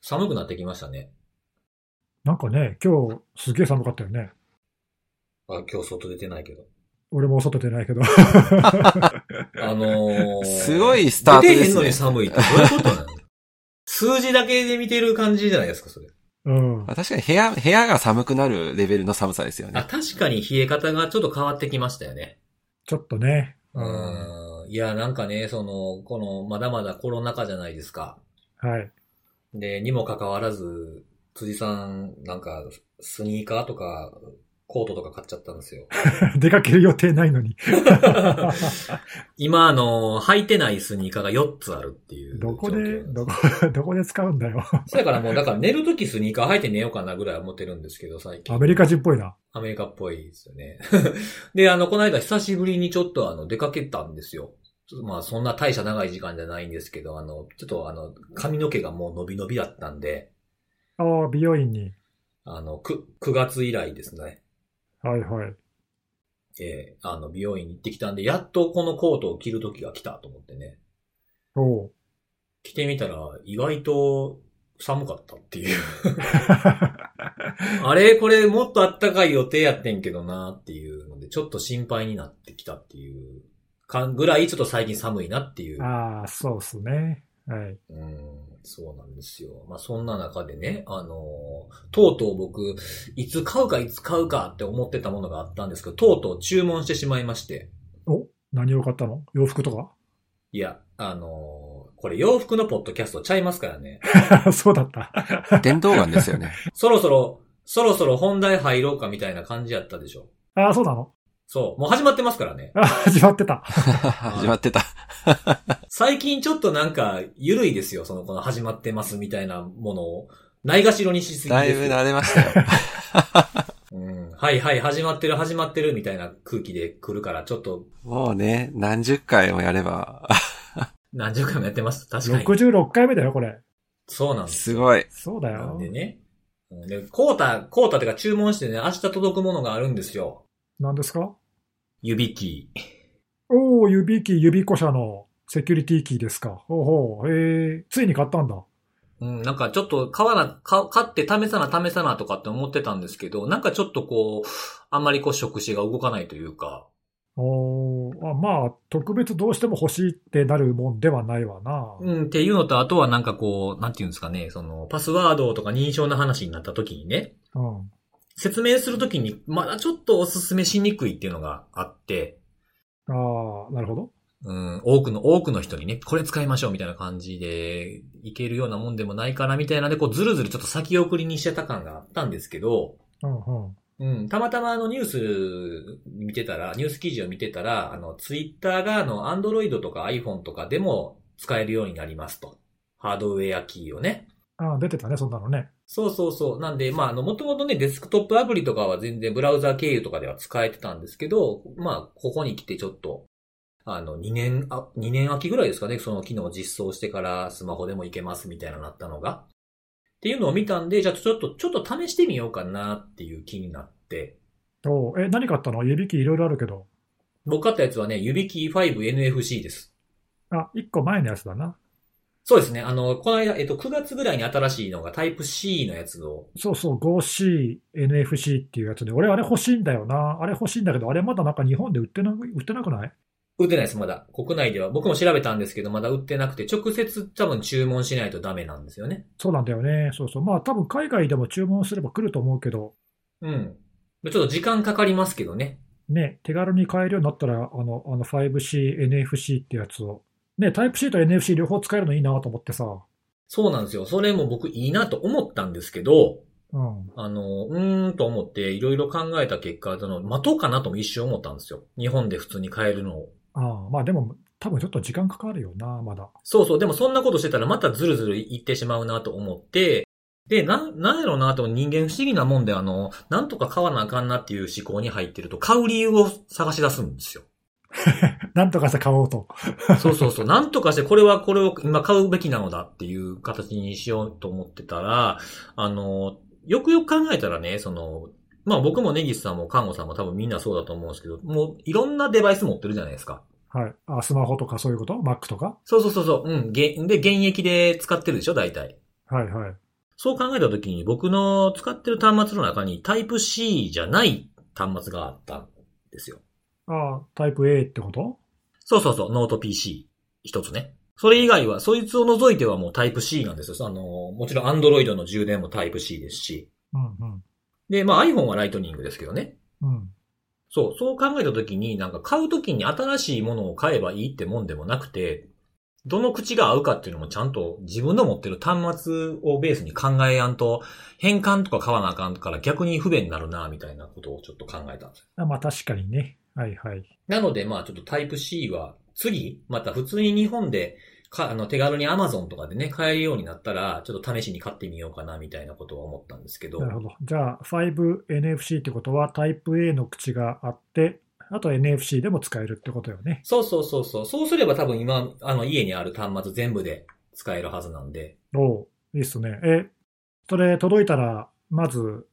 寒くなってきましたね。なんかね、今日すげえ寒かったよね。あ、今日外出てないけど。俺も外出ないけど。 あ のー、すごいスタートですね出てへんのに寒いってどういうこと なの数字だけで見てる感じじゃないですか、それ。うん。あ確かに部屋、部屋が寒くなるレベルの寒さですよあ、ね。確かに冷え方がちょっと変わってきましたよね。ちょっとね。う。ん。いや、なんかね、その、この、まだまだコロナ禍じゃないですか。はい。 で、にもかかわらず、辻さん、なんか、スニーカーとか、コートとか買っちゃったん ですよ。出かける予定ないのに。今、あの、履いてないスニーカーが4つあるっていう状ど況こで、どこ、 どこで使うんだよ。そやからもう、だから寝るときスニーカー履いて寝ようかなぐらいは思ってるんですけど、最近。アメリカ人っぽいな。アメリカっぽいですよね。 で、あの、この間久しぶりにちょっとあの、出かけたんですよ。ちょっとまあ、そんな大した長い時間じゃないんですけど、あの、ちょっとあの、髪の毛がもう伸び伸びだったんで、ああ、美容院に。あの、く、9月以来ですね。はいはい。えーあの、美容院に行ってきたんで、やっとこのコートを着る時が来たと思ってね。おう。着てみたら、意外と寒かったっていう。あれこれもっとあったかい予定やってんけどなっていうので、ちょっと心配になってきたっていうかぐらい、ちょっと最近寒いなっていう。ああ、そうっすね。はい。うん、そうなんですよ。まあそんな中でね、あのーとうとう僕、いつ買うかいつ買うかって思ってたものがあったんですけど、とうとう注文してしまいまして。何を買ったの洋服といや、あのーこれ洋服のポッドキャストちゃいますからね。か そうだった。電動ガンですよ ね。そろそろ、そろそろ本題入ろうかみたいな感じやったでしょ。ああ、そうなのそう。もう始まってますからね。あ始まってた。始まってた。最近ちょっとなんか、ゆるいですよ。その、この始まってますみたいなものを、ないがしろにしすぎだいでぶす慣れま したよ。うん。はいはい、始まってる始まってるみたいな空気で来るから、ちょっと、もうね、何十回もやれば、何十回もやってます。確かに。 66回目だよ、これ。そうなんです。すごい。そうだなんよで。ね。うんで、コータ、コータってか注文してね、明日届くものがあるんですよ。何ですか指キー。おお、指キー、指子社のセキュリティキーですか。ほうほう。えー、ついに買ったんだ。うん、なんかちょっと買わな、か買って試さな試さなとかって思ってたんですけど、なんかちょっとこう、あんまりこう触手が動かないというか、おーあまあ、特別どうしても欲しいってなるもんではないわな。うん、っていうのと、あとはなんかこう、なんていうんですかね、その、パスワードとか認証の話になった時にね、うん。説明する時に、まだちょっとおすすめしにくいっていうのがあって、ああ、なるほど。うん、多くの、多くの人にね、これ使いましょうみたいな感じで、いけるようなもんでもないからみたいなので、こう、ずるずるちょっと先送りにしてた感があったんですけど、うんうん。うん、たまたまあのニュース見てたら、ニュース記事を見てたら、あの、ツイッターがあの、アンドロイドとか iPhone とかでも使えるようになりますと。ハードウェアキーをね。ああ、出てたね、そんなのね。そうそうそう。なんで、まあ、あの、もともとね、デスクトップアプリとかは全然ブラウザ経由とかでは使えてたんですけど、まあ、ここに来てちょっと、あの、2年、あ、2年秋ぐらいですかね、その機能を実装してからスマホでもいけますみたいなのになったのが。っていうのを見たんで、じゃあちょっと、ちょっと試してみようかなっていう気になって。おーえ、何買ったの指キーいろいろあるけど。僕買ったやつはね、指キー 5NFC です。あ、一個前のやつだな。そうですね。あの、この間、えっと、9月ぐらいに新しいのがタイプ C のやつをそうそう、5C、NFC っていうやつで、俺あれ欲しいんだよな。あれ欲しいんだけど、あれまだなんか日本で売ってな、売ってなくない売ってないです、まだ。国内では。僕も調べたんですけど、まだ売ってなくて、直接多分注文しないとダメなんですよね。そうなんだよね。そうそう。まあ多分海外でも注文すれば来ると思うけど、うん。ちょっと時間かかりますけどね。ね、手軽に買えるようになったら、あの、あの 5C、NFC ってやつを。ね、タイプ C と NFC 両方使えるのいいなと思ってさ。そうなんですよ。それも僕いいなと思ったんですけど、うん。あの、うーんと思っていろいろ考えた結果、その、待とうかなとも一瞬思ったんですよ。日本で普通に買えるのを。ああ、まあでも、多分ちょっと時間かかるよな、まだ。 そうそう。でもそんなことしてたらまたずるずるいってしまうなと思って、で、なん、なんやろうなと人間不思議なもんで、あの、なんとか買わなあかんなっていう思考に入ってると、買う理由を探し出すんですよ。なんとかして買おうと。そうそうそう。なんとかして、これはこれを今買うべきなのだっていう形にしようと思ってたら、あの、よくよく考えたらね、その、まあ僕もネギスさんも看護さんも多分みんなそうだと思うんですけど、もういろんなデバイス持ってるじゃないですか。はい。あ、スマホとかそういうこと ?Mac とかそうそうそうそう。うん。げで、現役で使ってるでしょ、大体。はいはい。そう考えたときに僕の使ってる端末の中にタイプ C じゃない端末があったんですよ。ああ、タイプ A ってことそうそうそう、ノート PC。一つね。それ以外は、そいつを除いてはもうタイプ C なんですよ。あの、もちろん Android の充電もタイプ C ですし。うんで、まあ iPhone はライトニングですけどね。うん。うん。そう、そう考えたときに、なんか買うときに新しいものを買えばいいってもんでもなくて、どの口が合うかっていうのもちゃんと自分の持ってる端末をベースに考えやんと、変換とか買わなあかんから逆に不便になるな、みたいなことをちょっと考えたんですよ。あまあ確かにね。はいはい。なので、まあちょっとタイプ C は次、また普通に日本で、か、あの、手軽に Amazon とかでね、買えるようになったら、ちょっと試しに買ってみようかな、みたいなことは思ったんですけどな。るほど。じゃあ 5NFC ってことはタイプ A の口があって、あとは NFC でも使えるってことよね。そうそうそうそう。そうすれば多分今、あの、家にある端末全部で使えるはずなんで。おういいっすね。え、それ届いたら、まず、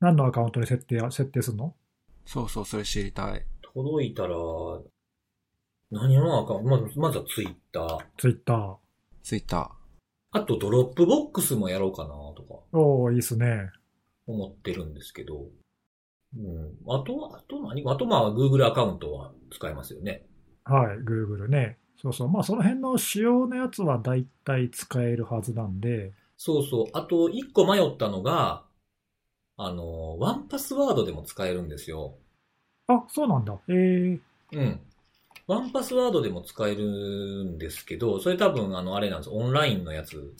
何のアカウントに設定や、設定するのそうそう、それ知りたい。届いたら、何もあかん。まず、まずは Twitter。ツイッター。ツイッター。あと、ドロップボックスもやろうかな、とか、おおいいっすね。思ってるんですけど。うん。あとは、あと何あと、まあ、Google アカウントは使えますよね。はい、Google ね。そうそう。まあ、その辺の仕様のやつは大体使えるはずなんで、そうそう。あと、一個迷ったのが、あの、ワンパスワードでも使えるんですよ。あ、そうなんだ。えー、うん。ワンパスワードでも使えるんですけど、それ多分、あの、あれなんです。オンラインのやつ、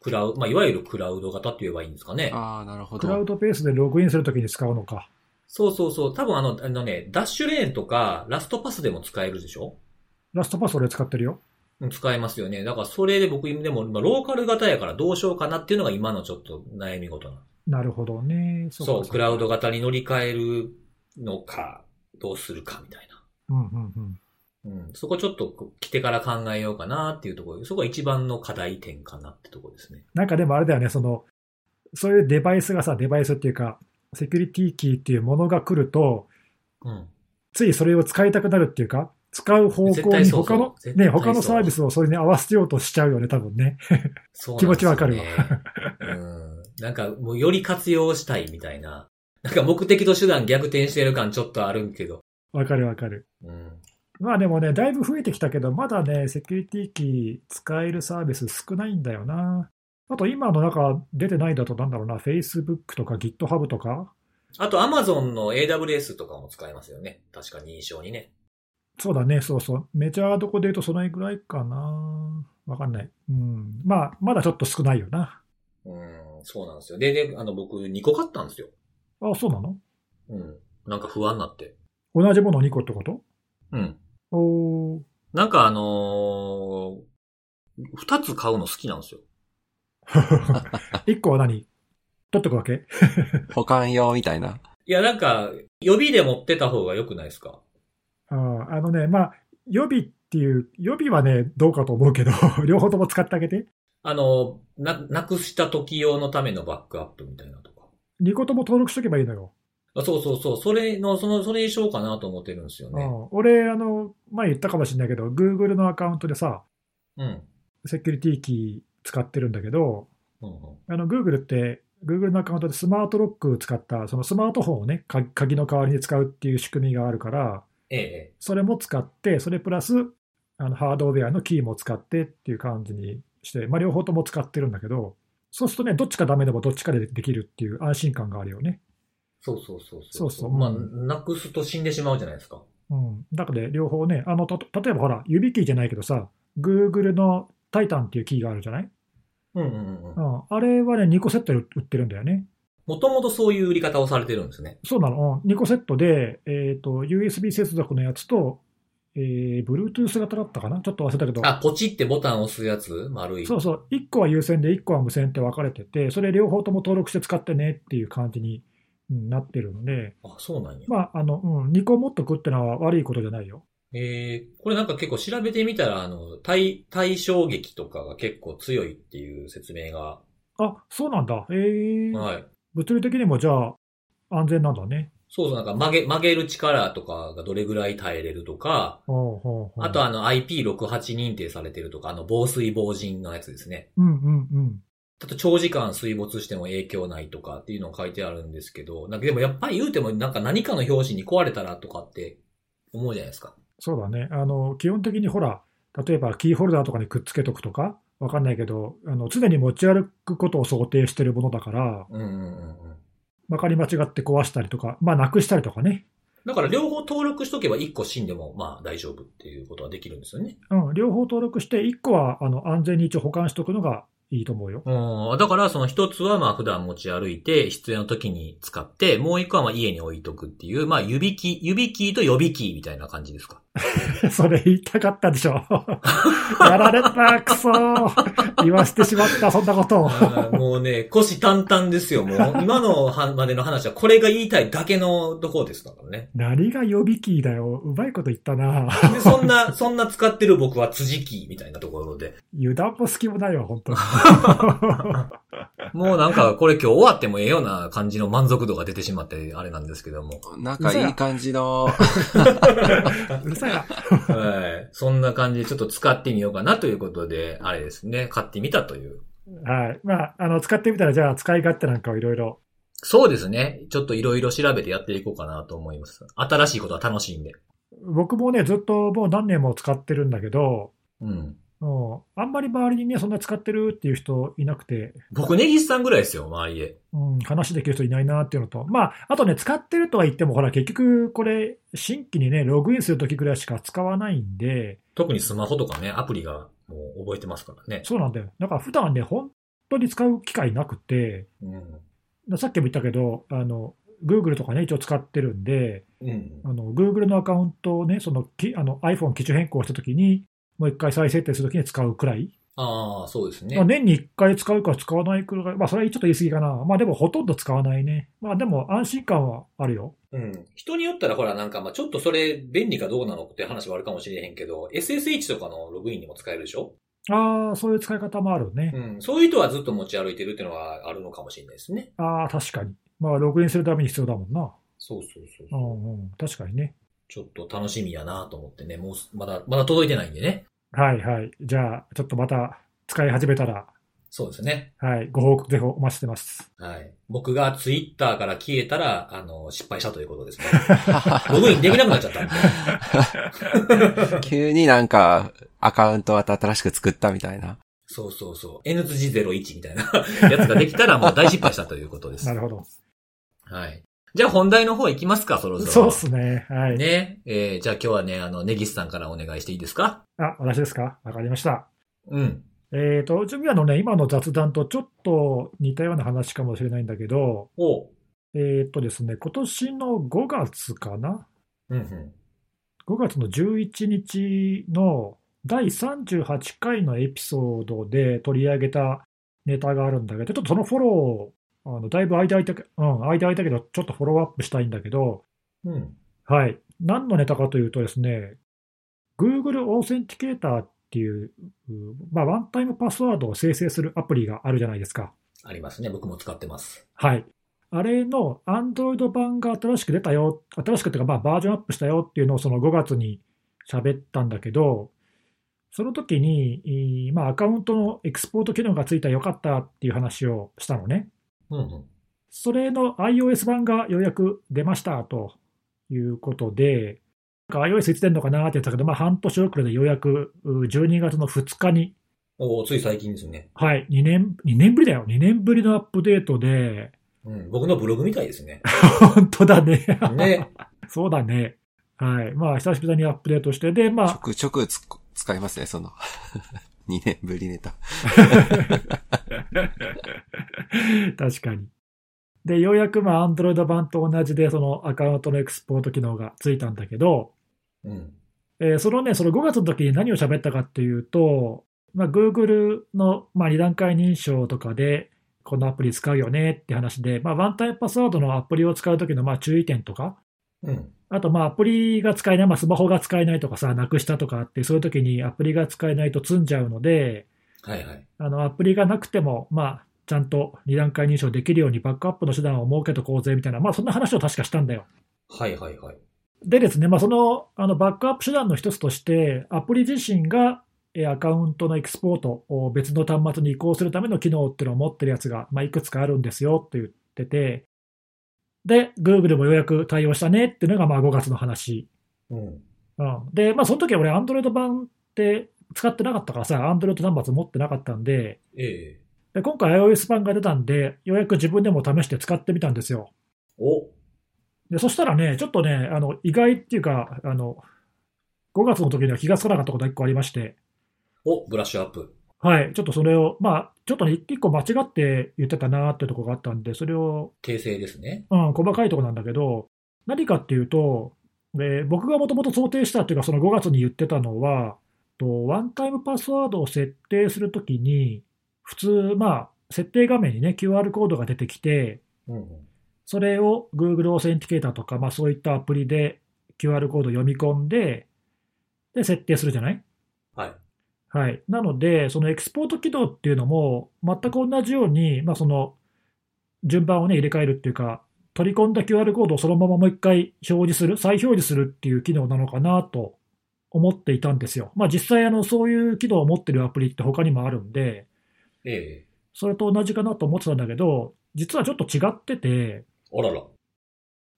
クラウ、まあ、いわゆるクラウド型って言えばいいんですかね。ああ、なるほクラウど。ドベースでログインするときに使うのか。そうそうそう。多分あの、あのね、ダッシュレーンとか、ラストパスでも使えるでしょラストパス俺使ってるよ。うん使えますよね。だからそれで僕、でも、まあローカル型やからどうしようかなっていうのが今のちょっと悩み事なのなるほどね。そうかかクラウド。型に乗り換えるのか、どうするかみたいな。うんうんうん。うん、そこちょっとこう来てから考えようかなっていうところ、そこが一番の課題点かなってところですね。なんかでもあれだよね、その、そういうデバイスがさ、デバイスっていうか、セキュリティキーっていうものが来ると、うん。ついそれを使いたくなるっていうか、使う方絶向対にそうそ他うの、絶対ね、そう他のサービスをそれに合わせようとしちゃうよね、多分ね。そう気持ちわかるわわ。うん。なんか、もうより活用したいみたいな。なんか目的と手段逆転してる感ちょっとあるけど。わかるわかる。うん。まあでもね、だいぶ増えてきたけど、まだね、セキュリティキー使えるサービス少ないんだよな。あと今の中出てないだとなんだろうな、Facebook とか GitHub とか、あと Amazon の AWS とかも使えますよね。確か認証にね。そうだね、そうそう。メジャーどこで言うとそのぐらいかな。わかんない。うん。まあ、まだちょっと少ないよな。うん、そうなんですよ。で、で、あの、僕2個買ったんですよ。あ、そうなのうん。なんか不安になって。同じもの2個ってことうん。おーなんかあのー、2つ買うの好きなんですよ。 1個は何取ってくわけ保管用みたいな。いや、なんか、予備で持ってた方が良くないですかあーあのね、まあ、予備っていう、予備はね、どうかと思うけど、 両方とも使ってあげて。あの、な、なくした時用のためのバックアップみたいなとか。 2個とも登録しとけばいいのよ。あそうそうそう。それの、その、それにしようかなと思ってるんですようね。ん俺、あの、前言ったかもしれないけど、Google のアカウントでさ、うん。セキュリティキー使ってるんだけど、うんうんあの、Google って、Google のアカウントでスマートロックを使った、そのスマートフォンをね、か鍵の代わりに使うっていう仕組みがあるから、ええええ。それも使って、それプラス、あの、ハードウェアのキーも使ってっていう感じにして、まあ、両方とも使ってるんだけど、そうするとね、どっちかダメでもどっちかでできるっていう安心感があるよね。そうそうそうそう。そうそうまあ、うんなくすと死んでしまうじゃないですか。うん。だからね、両方ね、あの、たと、例えばほら、指キーじゃないけどさ、Google の Titan っていうキーがあるじゃないうんうんうんう。うんん。あれはね、2個セットで売ってるんだよね。もともとそういう売り方をされてるんですね。そうなの。うん、2個セットで、えっ、と、USB 接続のやつと、えー、Bluetooth 型だったかなちょっと忘れたけど。あ、ポチってボタンを押すやつ丸い。そうそう。1個は有線で1個は無線って分かれてて、それ両方とも登録して使ってねっていう感じにうんなってるんで、あ、そうなんや。まあ、あの、うん、2個持っとくってのは悪いことじゃないよ。えー、これなんか結構調べてみたら、あの、対、対衝撃とかが結構強いっていう説明が。あ、そうなんだ。えー、はい。物理的にもじゃあ、安全なんだね。そうそう、なんか曲げ、曲げる力とかがどれぐらい耐えれるとか、ほうほうほうあとあの IP68 認定されてるとか、あの防水防塵のやつですね。うんうんうん。あと長時間水没しても影響ないとかっていうのを書いてあるんですけど、なんかでもやっぱり言うてもなんか何かの表紙に壊れたらとかって思うじゃないですか。そうだね。あの、基本的にほら、例えばキーホルダーとかにくっつけとくとか、わかんないけど、あの常に持ち歩くことを想定してるものだから、うんうんうんうん。まかり間違って壊したりとか、まあ、なくしたりとかね、だから両方登録しとけば1個死んでもまあ大丈夫っていうことはできるんですよね。うん、両方登録して、1個はあの安全に一応保管しておくのがいいと思うよ。 うん。だからその一つはまあ普段持ち歩いて必要な時に使って、もう一個はまあ家に置いとくっていう、まあ指キー、指キーと予備キーみたいな感じですか。それ言いたかったでしょ。 やられた、くそ ー言わせてしまった、そんなことを。あーもうね、腰淡々ですよ、もう。今のはまでの話はこれが言いたいだけのところですからね。何が予備キーだよ。うまいこと言ったな。でそんな、そんな使ってる僕は辻キーみたいなところで。油断も隙もないわ、本当に。もうなんかこれ今日終わってもええような感じの満足度が出てしまって、あれなんですけども。なんかいい感じの、うるさいな。はい。そんな感じでちょっと使ってみようかなということで、あれですね、買ってみたという。はい。まあ、あの、使ってみたら、じゃあ、使い勝手なんかをいろいろ。そうですね。ちょっといろいろ調べてやっていこうかなと思います。新しいことは楽しいんで。僕もね、ずっともう何年も使ってるんだけど、うん。うん、あんまり周りにね、そんな使ってるっていう人いなくて、僕、ネギスさんぐらいですよ、周りで。うん、話できる人いないなっていうのと、まあ、あとね、使ってるとは言っても、ほら、結局、これ、新規にね、ログインするときぐらいしか使わないんで、特にスマホとかね、アプリがもう覚えてますからね。そうなんだよ。だから、普段ね、本当に使う機会なくて、うん。さっきも言ったけど、あの、Google とかね、一応使ってるんで、うん。あの Google のアカウントをね、そのきあの iPhone 機種変更したときに、もう一回再設定するときに使うくらい、ああ、そうですねまあ、。年に一回使うか使わないくらい、まあ、それはちょっと言い過ぎかな、まあ、でもほとんど使わないね、まあ、でも安心感はあるよ、うん。人によったらほらなんか、まあちょっとそれ便利かどうなのって話はあるかもしれへんけど、SSH とかのログインにも使えるでしょああ、そういう使い方もあるね、うん。そういう人はずっと持ち歩いてるっていうのはあるのかもしれないですね。ああ、確かに、まあ、ログインするために必要だもんな、そうそうそううそう、んうん、確かにね。ちょっと楽しみやなと思ってね、もうすまだ、まだ届いてないんでね。はいはい、じゃあ、ちょっとまた使い始めたら、そうですね。はい、ご報告ぜひお待ちしてます。はい。僕がツイッターから消えたら、あの、失敗したということ ですね。ログインできなくなっちゃったんで。 急になんか、アカウントまた新しく作ったみたいな。そうそうそう。N 字01みたいな やつができたらもう大失敗したということです。なるほど。はい。じゃあ本題の方行きますか、そろそろ。そうっすね。はい。ね。えー、じゃあ今日はね、あの、ネギスさんからお願いしていいですかあ、私ですかわかりました。うん。えー、と、自分はあのね、今の雑談とちょっと似たような話かもしれないんだけど、おう。えー、とですね、今年の5月かなうんうん。 ?5 月の11日の第38回のエピソードで取り上げたネタがあるんだけど、ちょっとそのフォローを、あのだいぶ間空いたけ、うん、間空いたけど、ちょっとフォローアップしたいんだけど、うん。はい。何のネタかというとですね、Google オーセンティケーターっていう、うんまあ、ワンタイムパスワードを生成するアプリがあるじゃないですか。ありますね。僕も使ってます。はい。あれの Android 版が新しく出たよ、新しくっていうか、まあ、バージョンアップしたよっていうのをその5月に喋ったんだけど、その時に、いまあ、アカウントのエクスポート機能がついたよかったっていう話をしたのね。うんうん。それの iOS 版がようやく出ましたということで、なんか iOS いつ出るのかなって言ってたけど、まあ、半年遅れでようやくう12月の2日に、おうつい最近ですね。はい、2年、2年ぶりだよ。2年ぶりのアップデートで、 うん。僕のブログみたいですね。本当だね。 ね。 そうだね。はい。まあ、久しぶりにアップデートして、で、ちょまくちょくつく使いますね、その。2年ぶりネタ。あ、 確かに。で、ようやく、まあ、Android 版と同じで、そのアカウントのエクスポート機能がついたんだけど、うん。えーそのね、その5月の時に何を喋ったかっていうと、まあ、Google の、まあ、2段階認証とかで、このアプリ使うよねって話で、まあ、ワンタイムパスワードのアプリを使う時の、まあ、注意点とか、うん。あと、まあ、アプリが使えない、まあ、スマホが使えないとかさ、なくしたとかって、そういう時にアプリが使えないと積んじゃうので、はいはい。あの、アプリがなくても、まあ、ちゃんと2段階認証できるようにバックアップの手段を設けとこうぜ、みたいな、まあ、そんな話を確かしたんだよ。はいはいはい。でですね、まあ、その、あの、バックアップ手段の一つとして、アプリ自身が、えーアカウントのエクスポートを別の端末に移行するための機能っていうのを持ってるやつが、まあ、いくつかあるんですよって言ってて、で、Google もようやく対応したねっていうのがまあ5月の話。うん。うん、で、まあ、その時は俺、Android 版って使ってなかったからさ、Android 端末持ってなかったんで、ええで今回 iOS 版が出たんで、ようやく自分でも試して使ってみたんですよ。お、で、そしたらね、ちょっとね、あの、意外っていうか、あの、5月の時には気がつかなかったことが1個ありまして、お、ブラッシュアップ。はい、ちょっとそれを、まあ、ちょっとね、1個間違って言ってたなってとこがあったんで、それを、訂正ですね。うん、細かいとこなんだけど、何かっていうと、えー僕がもともと想定したっていうか、その5月に言ってたのは、とワンタイムパスワードを設定するときに、普通、まあ、設定画面にね、QR コードが出てきて、うんうん。それを Google オーセンティケーターとか、まあ、そういったアプリで QR コード読み込んで、で、設定するじゃないはい。はい。なので、そのエクスポート起動っていうのも、全く同じように、まあ、その、順番をね、入れ替えるっていうか、取り込んだ QR コードをそのままもう一回表示する、再表示するっていう機能なのかなと思っていたんですよ。まあ、実際、あの、そういう機能を持ってるアプリって他にもあるんで、ええそれと同じかなと思ってたんだけど、実はちょっと違ってて、あらら。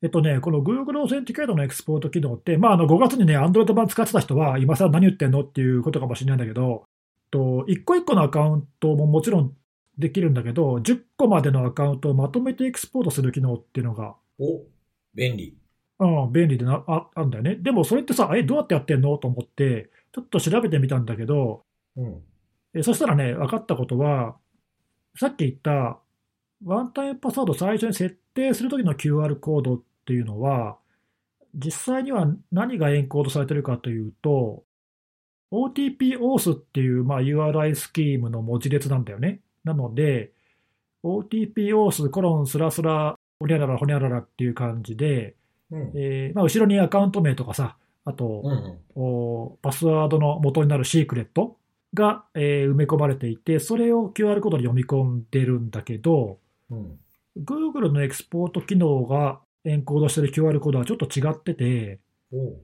えっとね、この Google オーセンティケートのエクスポート機能って、まあ、あの5月にね、Android 版使ってた人は、今更何言ってんのっていうことかもしれないんだけど、と一個一個のアカウントももちろんできるんだけど、10個までのアカウントをまとめてエクスポートする機能っていうのが、お、便利。うん、便利でなああんだよね。でもそれってさ、え、どうやってやってんのと思って、ちょっと調べてみたんだけど、うん。えそしたらね、分かったことは、さっき言った、ワンタイムパスワード最初に設定するときの QR コードっていうのは、実際には何がエンコードされてるかというと、OTP オースっていう、まあ、URI スキームの文字列なんだよね。なので、OTP オースコロンスラスラほにゃららほにゃららっていう感じで、うん。えーまあ、後ろにアカウント名とかさ、あと、うんうん。おパスワードの元になるシークレットが、えー埋め込まれていて、それを QR コードに読み込んでるんだけど、うん。 Google のエクスポート機能がエンコードしてる QR コードはちょっと違ってて、お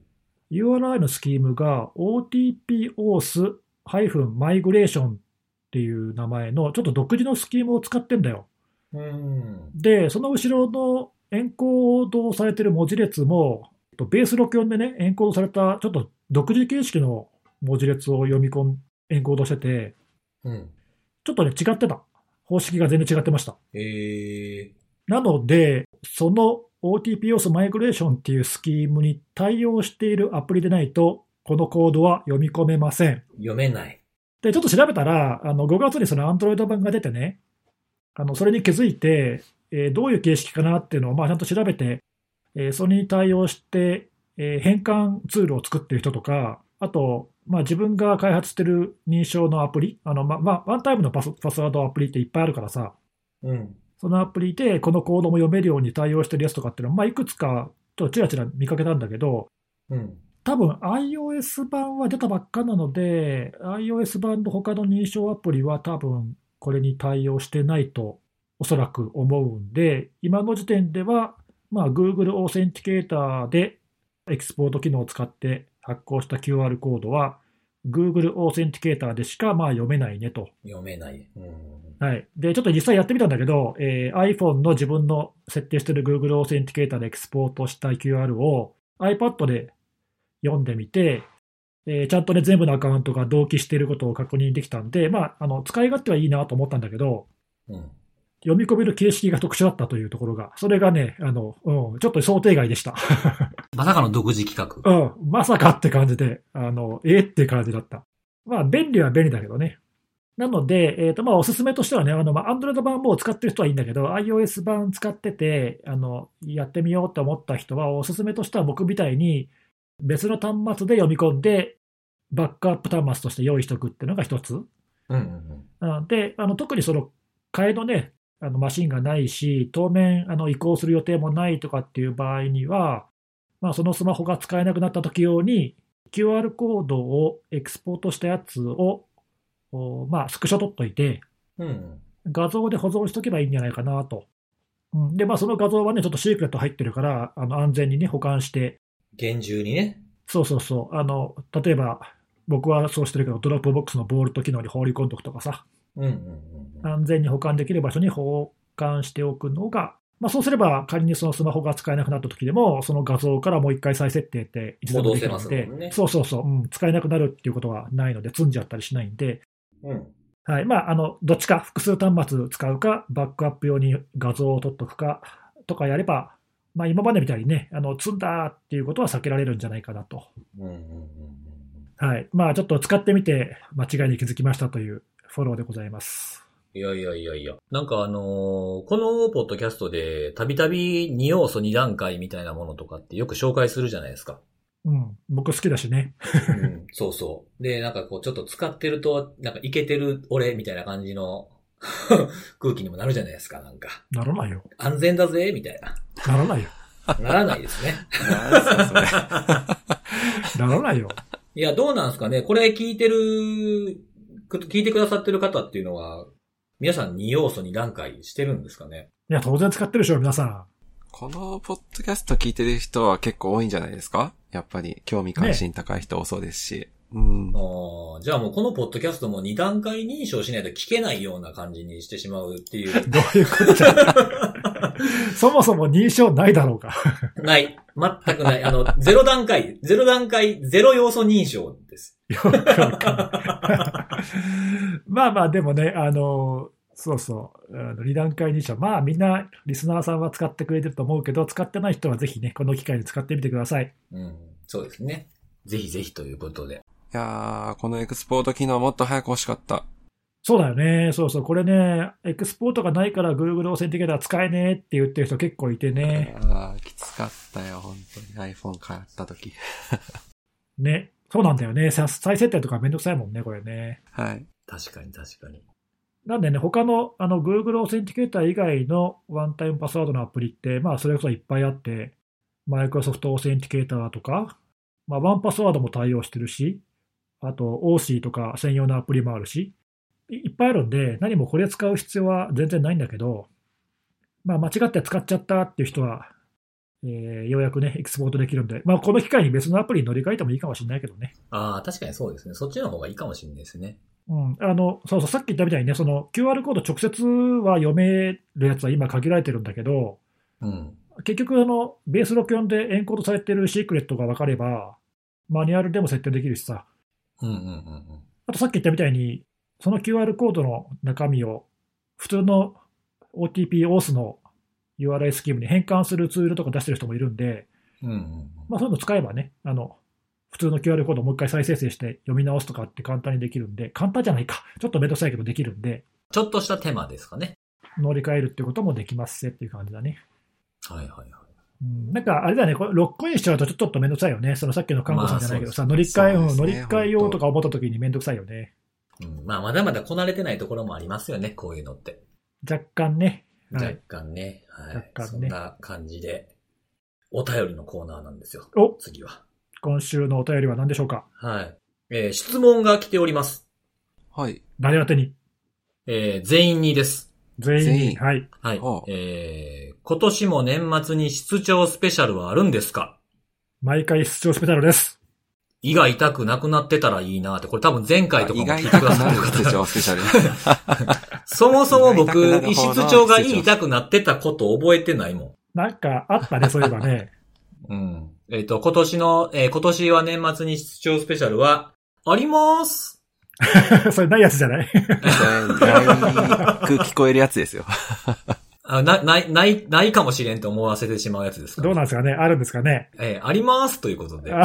URI のスキームが OTPOS-Migration っていう名前のちょっと独自のスキームを使ってんだよ。うん。で、その後ろのエンコードされてる文字列も、えっとベース64でね、エンコードされたちょっと独自形式の文字列を読み込ん、エンコードしてて、うん。ちょっとね、違ってた。方式が全然違ってました。ええなので、その OTP 要素マイグレーションっていうスキームに対応しているアプリでないと、このコードは読み込めません。読めない。で、ちょっと調べたら、あの5月にその Android 版が出てね、あのそれに気づいて、えーどういう形式かなっていうのをまあちゃんと調べて、えーそれに対応して、えー変換ツールを作ってる人とか、あと、まあ、自分が開発してる認証のアプリ、あのままあ、ワンタイムのパスパスワードアプリっていっぱいあるからさ、うん。そのアプリでこのコードも読めるように対応してるやつとかっていうのは、まあ、いくつかちょっとちらちら見かけたんだけど、うん。多分 iOS 版は出たばっかなので、iOS 版の他の認証アプリは多分これに対応してないとおそらく思うんで、今の時点では、まあ、Google オーセンティケーターでエクスポート機能を使って発行した QR コードは、Google オーセンティケーターでしかまあ読めないねと。読めない。うん。はい。で、ちょっと実際やってみたんだけど、えー iPhone の自分の設定してる Google オーセンティケーターでエクスポートした QR を iPad で読んでみて、えーちゃんとね、全部のアカウントが同期していることを確認できたんで、まあ、あの、使い勝手はいいなと思ったんだけど、うん。読み込める形式が特殊だったというところが、それがね、あの、うん、ちょっと想定外でした。まさかの独自企画。うん、まさかって感じで、あの、えーって感じだった。まあ、便利は便利だけどね。なので、えっ、と、まあ、おすすめとしてはね、あの、まあ、Android 版もう使ってる人はいいんだけど、iOS 版使ってて、あの、やってみようって思った人は、おすすめとしては僕みたいに、別の端末で読み込んで、バックアップ端末として用意しておくっていうのが一つ。うんうんうんで、あの特にその替えのね、あのマシンがないし、当面あの移行する予定もないとかっていう場合には、まあ、そのスマホが使えなくなった時用に、QR コードをエクスポートしたやつを、おまあ、スクショ取っといて、うん。うん。画像で保存しとけばいいんじゃないかなと。うん、で、まあ、その画像はね、ちょっとシークレット入ってるから、あの安全にね、保管して、厳重にね。そうそうそう、あの例えば、僕はそうしてるけど、ドロップボックスのボールト機能に放り込んどくとかさ、うんうんうんうん。安全に保管できる場所に保管しておくのが、まあ、そうすれば仮にそのスマホが使えなくなった時でも、その画像からもう一回再設定って一度できるの戻せまで、すもんねそうそうそう、うん、使えなくなるっていうことはないので、積んじゃったりしないんで、うん。はい。まあ、あの、どっちか、複数端末使うか、バックアップ用に画像を取っとくか、とかやれば、まあ、今までみたいにね、あの、積んだっていうことは避けられるんじゃないかなと。うんうんうんうん。はい。まあ、ちょっと使ってみて、間違いに気づきましたというフォローでございます。いやいやいやいや。なんかあのーこのポッドキャストで、たびたび2要素2段階みたいなものとかってよく紹介するじゃないですか。うん。僕好きだしね。うん、そうそう。で、なんかこう、ちょっと使ってると、なんかいけてる俺みたいな感じの 空気にもなるじゃないですか、なんか。ならないよ。安全だぜ、みたいな。ならないよ。ならないですね。なんすかそれ。ならないよ。いや、どうなんですかね。これ聞いてる、く聞いてくださってる方っていうのは、皆さん2要素2段階してるんですかね。いや、当然使ってるでしょ、皆さこのポッドキャスト聞いてる人は結構多いんじゃないですかやっぱり興味関心高い人多そうですし。うんあ。ーじゃあもうこのポッドキャストも2段階認証しないと聞けないような感じにしてしまうっていん。う。 どういうことじゃ。そもそも認証ないだろうか。ない。全くない。あの、0段階、0段階、0要素認証です。よくわかんないまあまあ、でもね、あの、そうそう、あの二段階認証、まあみんな、リスナーさんは使ってくれてると思うけど、使ってない人はぜひね、この機会に使ってみてください。うん。そうですね。ぜひぜひということで。いやー、このエクスポート機能もっと早く欲しかった。そうだよね、そうそう、これね、エクスポートがないから Google オーセンティケーター使えねえって言ってる人結構いてね、あー、きつかったよ、本当に。iPhone 買った時。ね、そうなんだよね、さ再設定とかめんどくさいもんね、これね。はい。確かに確かに。なんでね、他のあの Google オーセンティケーター以外のワンタイムパスワードのアプリって、まあ、それこそいっぱいあって、マイクロソフトオーセンティケーターとか、まあ、ワンパスワードも対応してるし、あと、OC とか専用のアプリもあるし、いいっぱいあるんで、何もこれ使う必要は全然ないんだけど、まあ、間違って使っちゃったっていう人は、えーようやくね、エクスポートできるんで、まあ、この機会に別のアプリに乗り換えてもいいかもしれないけどね。ああ、確かにそうですね。そっちの方がいいかもしれないですね。うん、あのそうそう、さっき言ったみたいにね、その QR コード直接は読めるやつは今限られてるんだけど、うん。結局あの、ベース64でエンコードされてるシークレットが分かれば、マニュアルでも設定できるしさ、うんうんうんあとさっき言ったみたいに、その QR コードの中身を普通の OTP、OS の URI スキームに変換するツールとか出してる人もいるんで、うん。うんうんまあ、そういうの使えばね、あの普通の QR コードをもう一回再生成して読み直すとかって簡単にできるんで、簡単じゃないか、ちょっとめんどくさいけどできるんで。ちょっとした手間ですかね。乗り換えるってこともできますっていう感じだね。はいはいはい。うん、なんかあれだね、これロックインしちゃうとちょちょっとめんどくさいよね。そのさっきの看護さんじゃないけどさ、まあ乗り換え、そううでんすね乗り換えようとか思った時にめんどくさいよね。うん、まあ、まだまだこなれてないところもありますよね、こういうのって。若干ね。は若い。干ね。はい。若そ干んねな感じで、お便りのコーナーなんですよ。お、次は。今週のお便りは何でしょうかはい。えー質問が来ております。はい。誰宛てにえー全員にです。全員全に。員はい。はいお。えー今年も年末に室長スペシャルはあるんですか毎回出張スペシャルです。胃が痛くなくなってたらいいなって、これ多分前回とかも意聞外いにてく高くださなってるる方ことでしょ、スペシャル。そもそも僕胃が痛くな、る胃方の室長が胃痛くなってたこと覚えてないもん。なんかあったね、そういえばね。 うん。えっ、と、今年の、えー今年は年末に出張スペシャルは、ありますそれないやつじゃ ないだいぶ聞こえるやつ ですよ。あな、ない、ない、ないかもしれんと思わせてしまうやつですか、どうなんですかねあるんですか ねえーありますということで。あ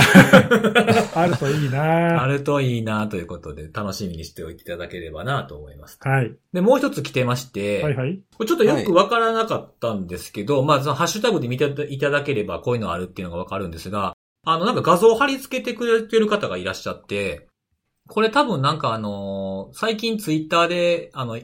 あるといい あなるといいなということで、楽しみにしておいていただければなと思います。はい。で、もう一つ来てまして、はいはい。これちょっとよくわからなかったんですけど、まあ、そのハッシュタグで見ていただければこういうのあるっていうのがわかるんですが、あの、なんか画像を貼り付けてくれてる方がいらっしゃって、これ多分なんかあのー最近ツイッターで、あの、1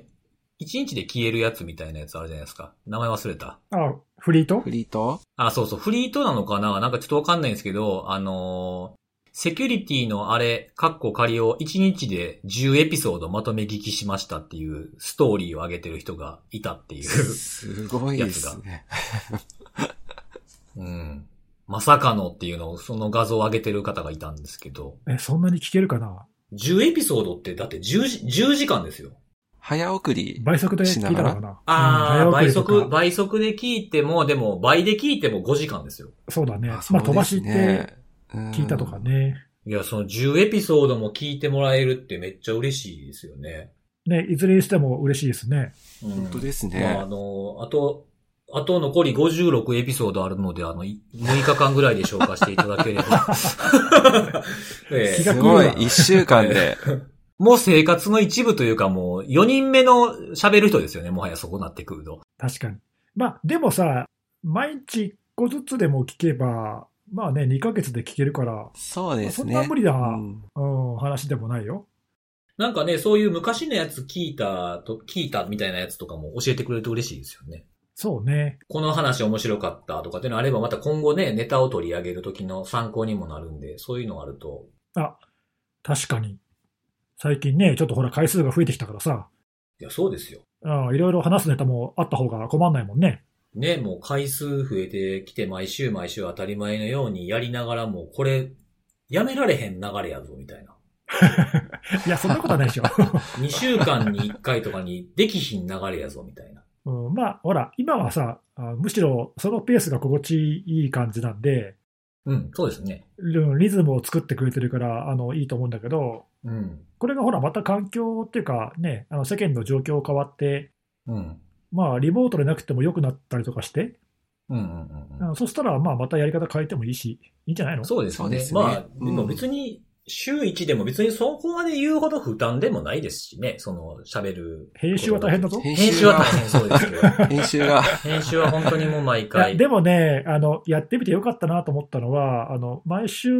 日で消えるやつみたいなやつあるじゃないですか。名前忘れた。あ、フリートフリートあ、そうそう、フリートなのかななんかちょっとわかんないんですけど、あのーセキュリティのあれ、カッコ仮を1日で10エピソードまとめ聞きしましたっていうストーリーを上げてる人が いたっていう。すごいですね。うん。まさかのっていうのを、その画像を上げてる方がいたんですけど、え、そんなに聞けるかな10エピソードって、だって10時、10時間ですよ。早送り。倍速で聞いたのかなああ、うん倍早送り速、とか倍速で聞いても、でも倍で聞いても5時間ですよ。そうだね。あまあ飛ばして、そうですね聞いたとか。ね。いや、その10エピソードも聞いてもらえるってめっちゃ嬉しいですよね。ね、いずれにしても嬉しいですね。うんうん本当ですまあ、あね。の、あと、あと残り56エピソードあるので、あの、い6日間ぐらいで消化していただけれ ば。ええ気が狂すうごわい、一週 間で。もう生活の一部というかもう、4人目の喋る人ですよね、もはやそこなってくると。確かに。まあ、でもさ、毎日1個ずつでも聞けば、まあね、2ヶ月で聞けるから、そうですね。そんな無理だうんうん、話でもないよ。なんかね、そういう昔のやつ聞いたと、聞いたみたいなやつとかも教えてくれると嬉しいですよね。そうね。この話面白かったとかっていうのあれば、また今後ね、ネタを取り上げるときの参考にもなるんで、そういうのあると。あ、確かに。最近ね、ちょっとほら回数が増えてきたからさ、いや、そうですよ。うんいろいろ話すネタもあった方が困んないもんね。ね、もう回数増えてきて、毎週毎週当たり前のようにやりながらも、うこれ、やめられへん流れやぞ、みたいな。いや、そんなことはないで しょ。 2週間に1回とかにできひん流れやぞ、みたいな。うん、まあ、ほら、今はさ、あむしろそのペースが心地いい感じなんで、うん、そうですね。うんリズムを作ってくれてるから、あの、いいと思うんだけど、うん。これがほら、また環境っていうかね、あの世間の状況変わって、うん。まあ、リモートでなくても良くなったりとかして、うん、うん、うんう。んそしたら、まあ、またやり方変えてもいいし、いいんじゃないのそうですそうね。ですねまあ、うんでも別に、週1でも別にそこまで言うほど負担でもないですしね、その喋る。編集は大変だぞ。編編集集は大は、変そうですけど。編集が、編集は本当にもう毎いや回。でもねあの、やってみてよかったなと思ったのは、あの毎週、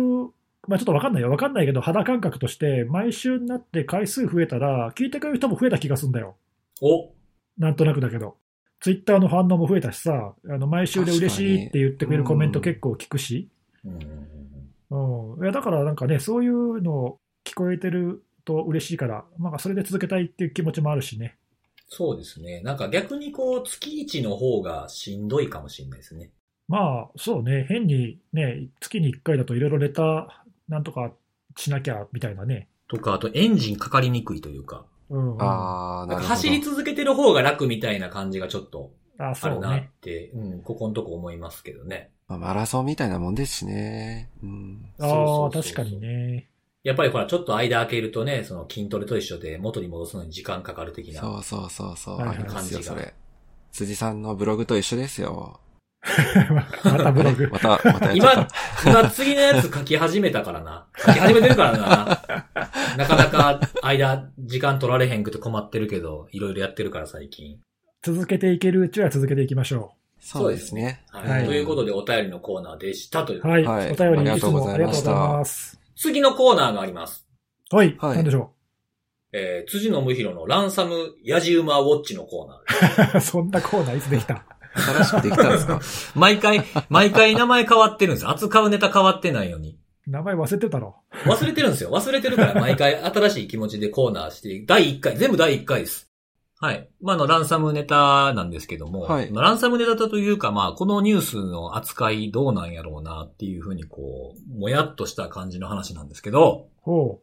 まあ、ちょっと分かんないよ、分かんないけど、肌感覚として、毎週になって回数増えたら、聞いてくれる人も増えた気がするんだよ、お、なんとなくだけど、ツイッターの反応も増えたしさ、あの毎週で嬉しいって言ってくれるコメント確かに結構聞くし、うんうんうんうんいやだからなんかね、そういうの聞こえてると嬉しいから、なんかそれで続けたいっていう気持ちもあるしね。そうですね。なんか逆にこう、月1の方がしんどいかもしれないですね。まあそうね、変にね、月に1回だといろいろネタなんとかしなきゃみたいなね。とか、あとエンジンかかりにくいと いうか、うんうん、ああ、ななんるかほど。走り続けてる方が楽みたいな感じがちょっとあ、あそるうなっね。て、うん、ここのとこ思いますけどね。まあマラソンみたいなもんですしね。うん。そああうー、そうそうそう確かにね。 やっぱりほら、ちょっと間開けるとね、その筋トレと一緒で元に戻すのに時間かかる的な。そうそうそうそう。はいはあいりますよ、感じがそれ。辻さんのブログと一緒で すよ。またブロ グ。また、またやっちゃっ今、今次のやつ書き始めたからな。書き始めてるからな。なかなか間、時間取られへんくて困ってるけど、いろいろやってるから最近。続けていけるうちは続けていきましょそうですね。はい。はいということでお便りのコーナーでしたというう。。はい。はいお便ありりいがつとうごもざあいりがまとうごしざたいます。次のコーナーがあります。はい。はいなんでしょえー、辻野無博のランサムヤジウマウォッチのコーナーです。う。 そんなコーナーいつできた新しくできたんですか 毎回、毎回名前変わってるんです。扱うネタ変わってないのに。名前忘れてたろ。忘れてるんですよ。忘れてるから毎回新しい気持ちでコーナーして、第1回、全部第1回です。はい。まあ、あの、ランサムネタなんですけども、はいまあランサムネタというか、まあ、このニュースの扱いどうなんやろうなっていうふうに、こう、もやっとした感じの話なんですけど、ほ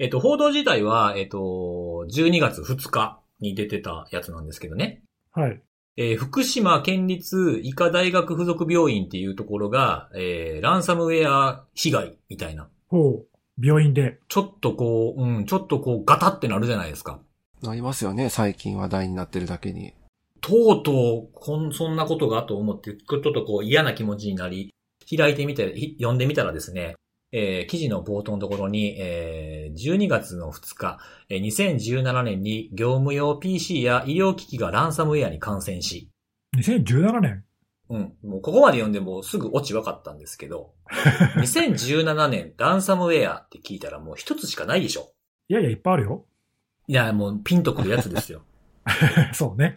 えっと、報道自体は、えっと、12月2日に出てたやつなんですけどね。う。はい。えー福島県立医科大学附属病院っていうところが、えーランサムウェア被害みたいな。ほう。病院で。ちょっとこう、うん、ちょっとこう、ガタってなるじゃないですか。なりますよね。最近話題になってるだけに。とうとう、こん、そんなことがと思って、ちょっとこう、嫌な気持ちになり、開いてみて、ひ読んでみたらですね、えー記事の冒頭のところに、えー12月の2日、えー2017年に業務用 PC や医療機器がランサムウェアに感染し、 2017年。うん。もうここまで読んでもうすぐ落ち分かったんですけど、2017年ランサムウェアって聞いたらもう一つしかないでしょ。いやいや、いっぱいあるよ。 いや、もうピンとくるやつですよ。そうね。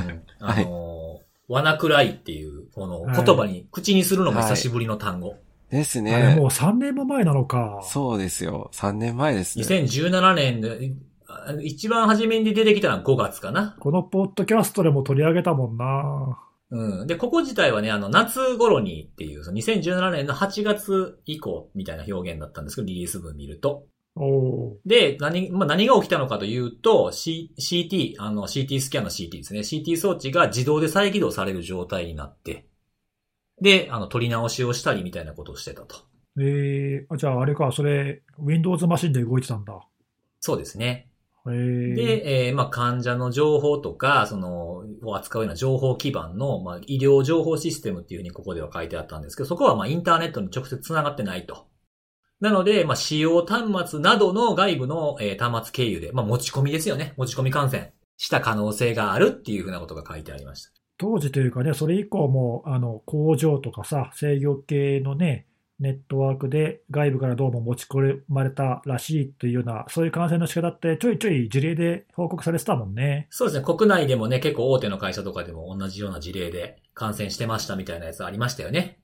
うん あのー、わなくらいっていう、この言葉に、口にするのも久しぶりの単語。ですあれねもう。3年も前なのか。そうですよ。3年前ですね。 2017年で、あ一番初めに出てきたのは5月かな。このポッドキャストでも取り上げたもんな。うん。で、ここ自体はね、あの、夏頃にっていう、その2017年の8月以降みたいな表現だったんですけど、リリース文見ると。おーで、何、まあ、何が起きたのかというと、C、CT、あの、CT スキャンの CT ですね。CT 装置が自動で再起動される状態になって、で、あの、取り直しをしたりみたいなことをしてたと。えー、あじゃああれか、それ、Windows マシンで動いてたんだ。そうですね。えー、で、えーまあ、患者の情報とか、その、を扱うような情報基盤の、まあ、医療情報システムっていうふうにここでは書いてあったんですけど、そこはまあ、インターネットに直接つながってないと。なので、まあ、使用端末などの外部の、えー端末経由で、まあ、持ち込みですよね。持ち込み感染した可能性があるっていうふうなことが書いてありました。当時というかね、それ以降も、あの、工場とかさ、制御系のね、ネットワークで外部からどうも持ち込まれたらしいというような、そういう感染の仕方ってちょいちょい事例で報告されてたもんね。そうですね。国内でもね、結構大手の会社とかでも同じような事例で感染してましたみたいなやつありましたよね。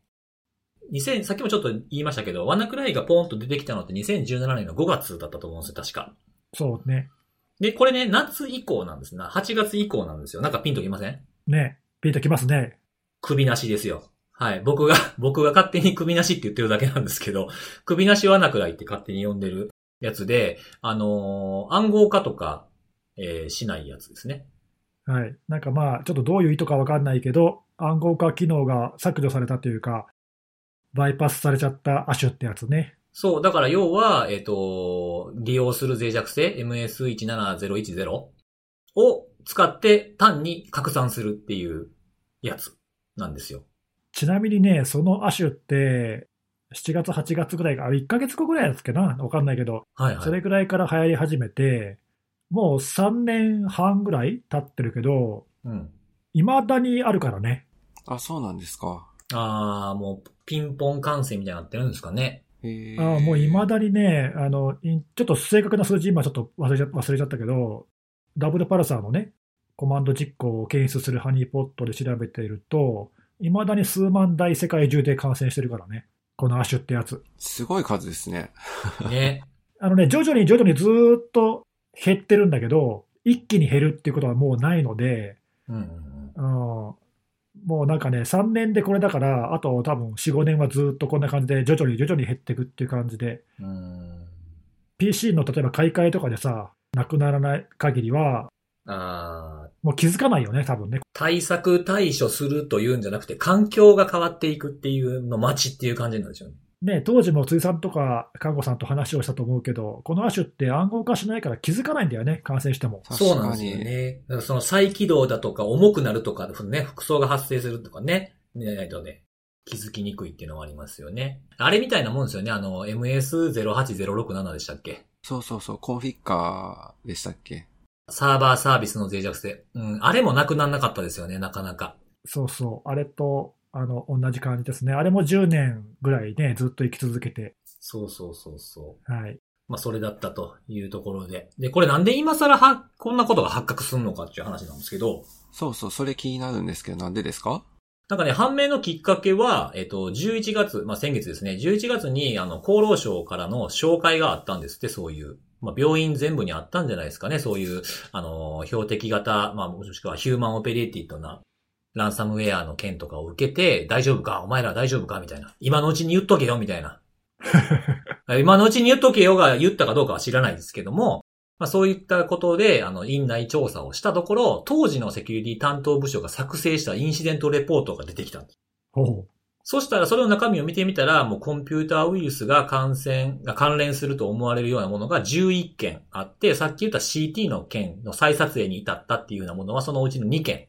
2000、さっきもちょっと言いましたけど、ワナクライがポンと出てきたのって2017年の5月だったと思うんですよ、確か。そうね。で、これね、夏以降なんですな。8月以降なんですよ。なんかピンときませんね。ピンときますね。首なしですよ。はい。僕が、 僕が勝手に首なしって言ってるだけなんですけど、首なしはなくらいって勝手に呼んでるやつで、あのー暗号化とか、えーしないやつですね。はい。なんかまあ、ちょっとどういう意図かわかんないけど、暗号化機能が削除されたというか、バイパスされちゃった亜種ってやつね。そう。だから要は、えっ、と、利用する脆弱性、MS17010 を使って単に拡散するっていうやつなんですよ。ちなみにね、その亜種って、7月、8月ぐらいか、あ1ヶ月後ぐらいだっけなわかんないけど、はいはい。それぐらいから流行り始めて、もう3年半ぐらい経ってるけど、うん。いまだにあるからね。あ、そうなんですか。あー、もう、ピンポン感染みたいになってるんですか ね。へああもういまだだ。にねあの、いちょっと正確な数字、今ちょっと忘れちゃ忘れちゃったけど、ダブルパルサーのね、コマンド実行を検出するハニーポットで調べていると、いまだに数万台世界中で感染してるからね、このアッシュってやつ。すごい数ですね。ね。あのね、徐々に徐々にずーっと減ってるんだけど、一気に減るっていうことはもうないので、うんうんうん。うんもうなんかね、3年でこれだから、あと多分4、5年はずっとこんな感じで、徐々に徐々に減っていくっていう感じで、うーん PC の例えば買い替えとかでさ、なくならない限りは、あーもう気づかないよね、多分ね。対策対処するというんじゃなくて、環境が変わっていくっていうの待ちっていう感じなんでしょうね。ね、当時も辻さんとか看護さんと話をしたと思うけど、この亜種って暗号化しないから気づかないんだよね、感染しても。確かにそうなんですよね。だからその再起動だとか重くなるとか、ね、服装が発生するとかね、ねないとね、気づきにくいっていうのはありますよね。あれみたいなもんですよね。あの、MS08067 でしたっけそうそうそう。コンフィッカーでしたっけサーバーサービスの脆弱性。うん、あれもなくなんなかったですよね、なかなか。そうそう、あれと、あの、同じ感じですね。あれも10年ぐらいね、ずっと生き続けて。そうそうそうそう。はい。まあ、それだったというところで。で、これなんで今更は、こんなことが発覚するのかっていう話なんですけど、そうそう。それ気になるんですけど、なんでですかなんかね、判明のきっかけは、えっと、11月、まあ、先月ですね、11月に、あの、厚労省からの紹介があったんですって、そういう。まあ、病院全部にあったんじゃないですかね、そういう、あの、標的型、まあ、もしくはヒューマンオペレーティッドな、ランサムウェアの件とかを受けて、大丈夫かお前ら大丈夫かみたいな。今のうちに言っとけよみたいな。今のうちに言っとけよが言ったかどうかは知らないですけども、まあそういったことで、あの、院内調査をしたところ、当時のセキュリティ担当部署が作成したインシデントレポートが出てきたんです。ほう。そしたら、それの中身を見てみたら、もうコンピューターウイルスが感染、が関連すると思われるようなものが11件あって、さっき言った CT の件の再撮影に至ったっていうようなものは、そのうちの2件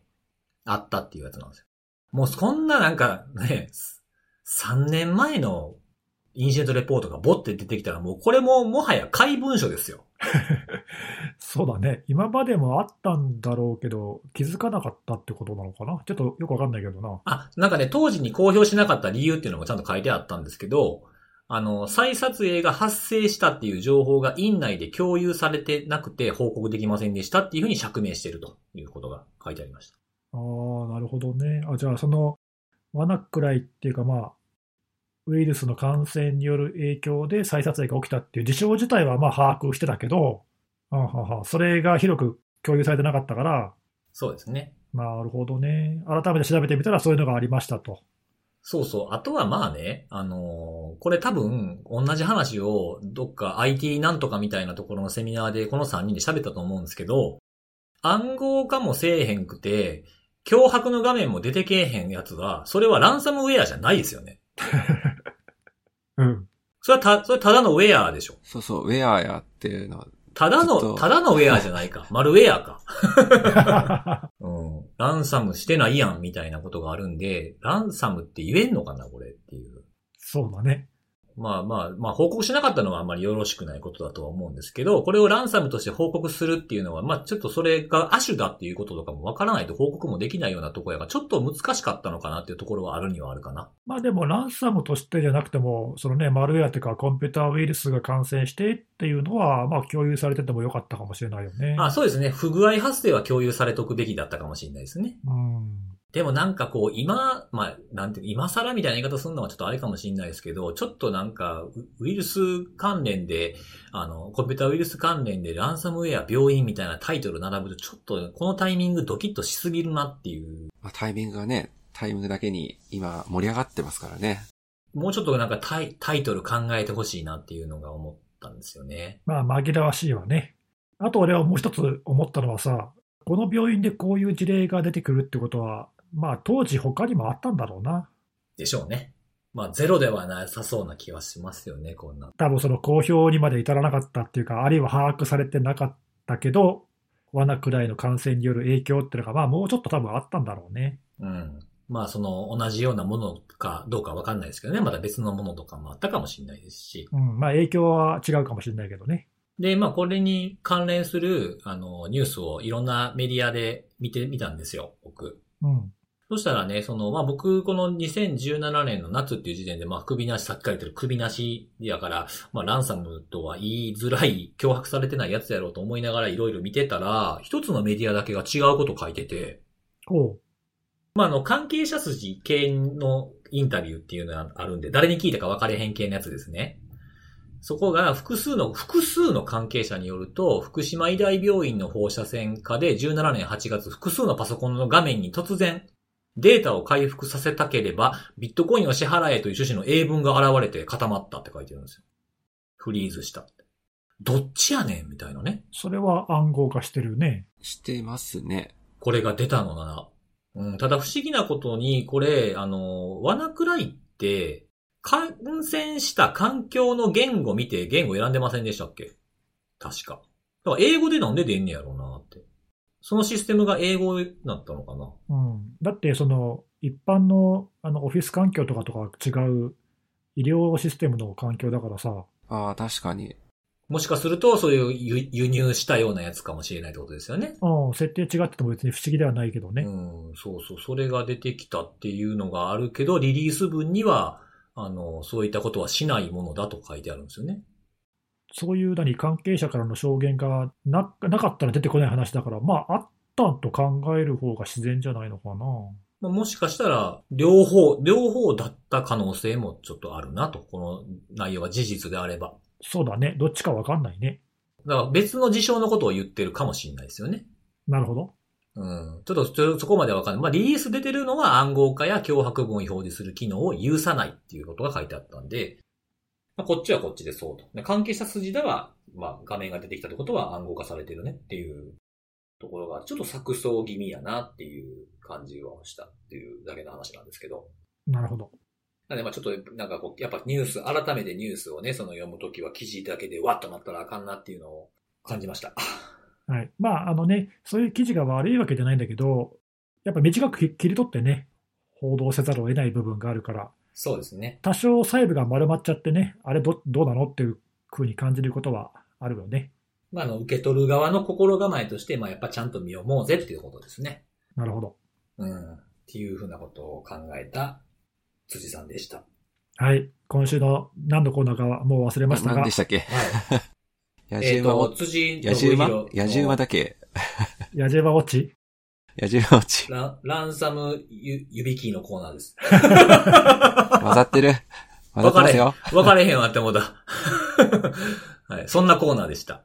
あったっていうやつなんですよ。もうそんななんかね、3年前のインシデントレポートがボって出てきたら、もうこれももはや怪文書ですよ。そうだね。今までもあったんだろうけど、気づかなかったってことなのかなちょっとよくわかんないけどな。あ、なんかね、当時に公表しなかった理由っていうのもちゃんと書いてあったんですけど、あの、再撮影が発生したっていう情報が院内で共有されてなくて報告できませんでしたっていうふうに釈明してるということが書いてありました。ああ、なるほどね。あじゃあ、その、ワナクライっていうか、まあ、ウイルスの感染による影響で再撮影が起きたっていう事象自体は、まあ、把握してたけど、あははそれが広く共有されてなかったから、そうですね。なるほどね。改めて調べてみたらそういうのがありましたと。そうそう。あとはまあね、あのーこれ多分、同じ話を、どっか IT なんとかみたいなところのセミナーでこの3人で喋ったと思うんですけど、暗号化もせえへんくて、脅迫の画面も出てけえへんやつは、それはランサムウェアじゃないですよね。うん。それはた、それはただのウェアでしょ。そうそう、ウェアやっていうのは、ただちょの、っとただのウェアじゃない か。マルウェアか。うん。ランサムしてないやんみたいなことがあるんで、ランサムって言えんのかな、これっていう。そうだね。まあまあ、まあ報告しなかったのはあんまりよろしくないことだとは思うんですけど、これをランサムとして報告するっていうのは、まあちょっとそれが亜種だっていうこととかもわからないと報告もできないようなところやが、ちょっと難しかったのかなっていうところはあるにはあるかな。まあでも、ランサムとしてじゃなくても、そのね、マルウェアというか、コンピューターウイルスが感染してっていうのは、まあ共有されててもよかったかもしれないよね。あ、そうですね。不具合発生は共有されとくべきだったかもしれないですね。うん。でもなんかこう、今、まあ、なんていう、今更みたいな言い方するのはちょっとあれかもしれないですけど、ちょっとなんか、ウウイルス関連で、あの、コンピューターウイルス関連でランサムウェア病院みたいなタイトル並ぶと、ちょっとこのタイミングドキッとしすぎるなっていう。まあ、タイミングがね、タイミングだけに今盛り上がってますからね。もうちょっとなんかタイタイトル考えてほしいなっていうのが思ったんですよね。まあ紛らわしいわね。あと俺はもう一つ思ったのはさ、この病院でこういう事例が出てくるってことは、まあ当時他にもあったんだろうな。でしょうね。まあ、ゼロではなさそうな気はしますよね、こんな。多分その公表にまで至らなかったっていうか、あるいは把握されてなかったけど、罠くらいの感染による影響っていうのが、まあもうちょっと多分あったんだろうね。うん。まあ、その、同じようなものかどうかわかんないですけどね。また別のものとかもあったかもしれないですし。うん、まあ影響は違うかもしれないけどね。で、まあ、これに関連する、あの、ニュースをいろんなメディアで見てみたんですよ、僕。うん。そしたらね、その、まあ、僕、この2017年の夏っていう時点で、まあ、首なし、さっき書いてる首なしやから、まあ、ランサムとは言いづらい、脅迫されてないやつやろうと思いながらいろいろ見てたら、一つのメディアだけが違うこと書いてて、おう。まあ、あの、関係者筋系のインタビューっていうのがあるんで、誰に聞いたか分かれへん系のやつですね。そこが複数の、複数の関係者によると、福島医大病院の放射線科で17年8月、複数のパソコンの画面に突然、データを回復させたければ、ビットコインを支払えという趣旨の英文が現れて固まったって書いてるんですよ。フリーズしたって。どっちやねんみたいなね。それは暗号化してるね。してますね。これが出たのなら。うん、ただ不思議なことに、これ、あの、ワナクライって、感染した環境の言語見て言語選んでませんでしたっけ確か。だから英語でなんで出んねやろうなって。そのシステムが英語になったのかなうん、だって、その一般のあのオフィス環境とかとか違う医療システムの環境だからさ、ああ、確かに。もしかすると、そういう輸輸入したようなやつかもしれないってことですよね。うん、設定違ってても別に不思議ではないけどね、うん、そうそう、それが出てきたっていうのがあるけど、リリース分には、あの、そういったことはしないものだと書いてあるんですよね。そういう何関係者からの証言がななかったら出てこない話だから、まあ、あったと考える方が自然じゃないのかな。まあもしかしたら、両方、両方だった可能性もちょっとあるなと。この内容が事実であれば。そうだね、どっちかわかんないね。だから別の事象のことを言ってるかもしれないですよね。なるほど。うん。ちょっと、ちょそこまではわかんない。まあ、リリース出てるのは暗号化や脅迫文を表示する機能を有さないっていうことが書いてあったんで、まあ、こっちはこっちでそうと。で関係者筋では、まあ、画面が出てきたってことは暗号化されてるねっていうところが、ちょっと錯綜気味やなっていう感じはしたっていうだけの話なんですけど。なるほど。なんで、まあちょっと、なんかこう、やっぱニュース、改めてニュースをね、その読むときは記事だけでわっとなったらあかんなっていうのを感じました。 はい。まあ、あのね、そういう記事が悪いわけじゃないんだけど、やっぱ短く切切り取ってね、報道せざるを得ない部分があるから、そうですね。多少細部が丸まっちゃってね、あれどどうなのっていう風に感じることはあるよね。まああの、受け取る側の心構えとして、まあやっぱちゃんと見読もうぜっていうことですね。なるほど。うん。っていうふうなことを考えた辻さんでした。はい。今週の何のコーナーかはもう忘れました何がで、したっけは 野い。えっ、獣馬と、を、辻野信弘獣馬の野獣馬だけ。ヤジェバウォッチ野獣馬落ち。ランランサムゆ指キーのコーナーです。 混ざってる。混ざってますよ。分かれへんわって思った。 はい。そんなコーナーでした。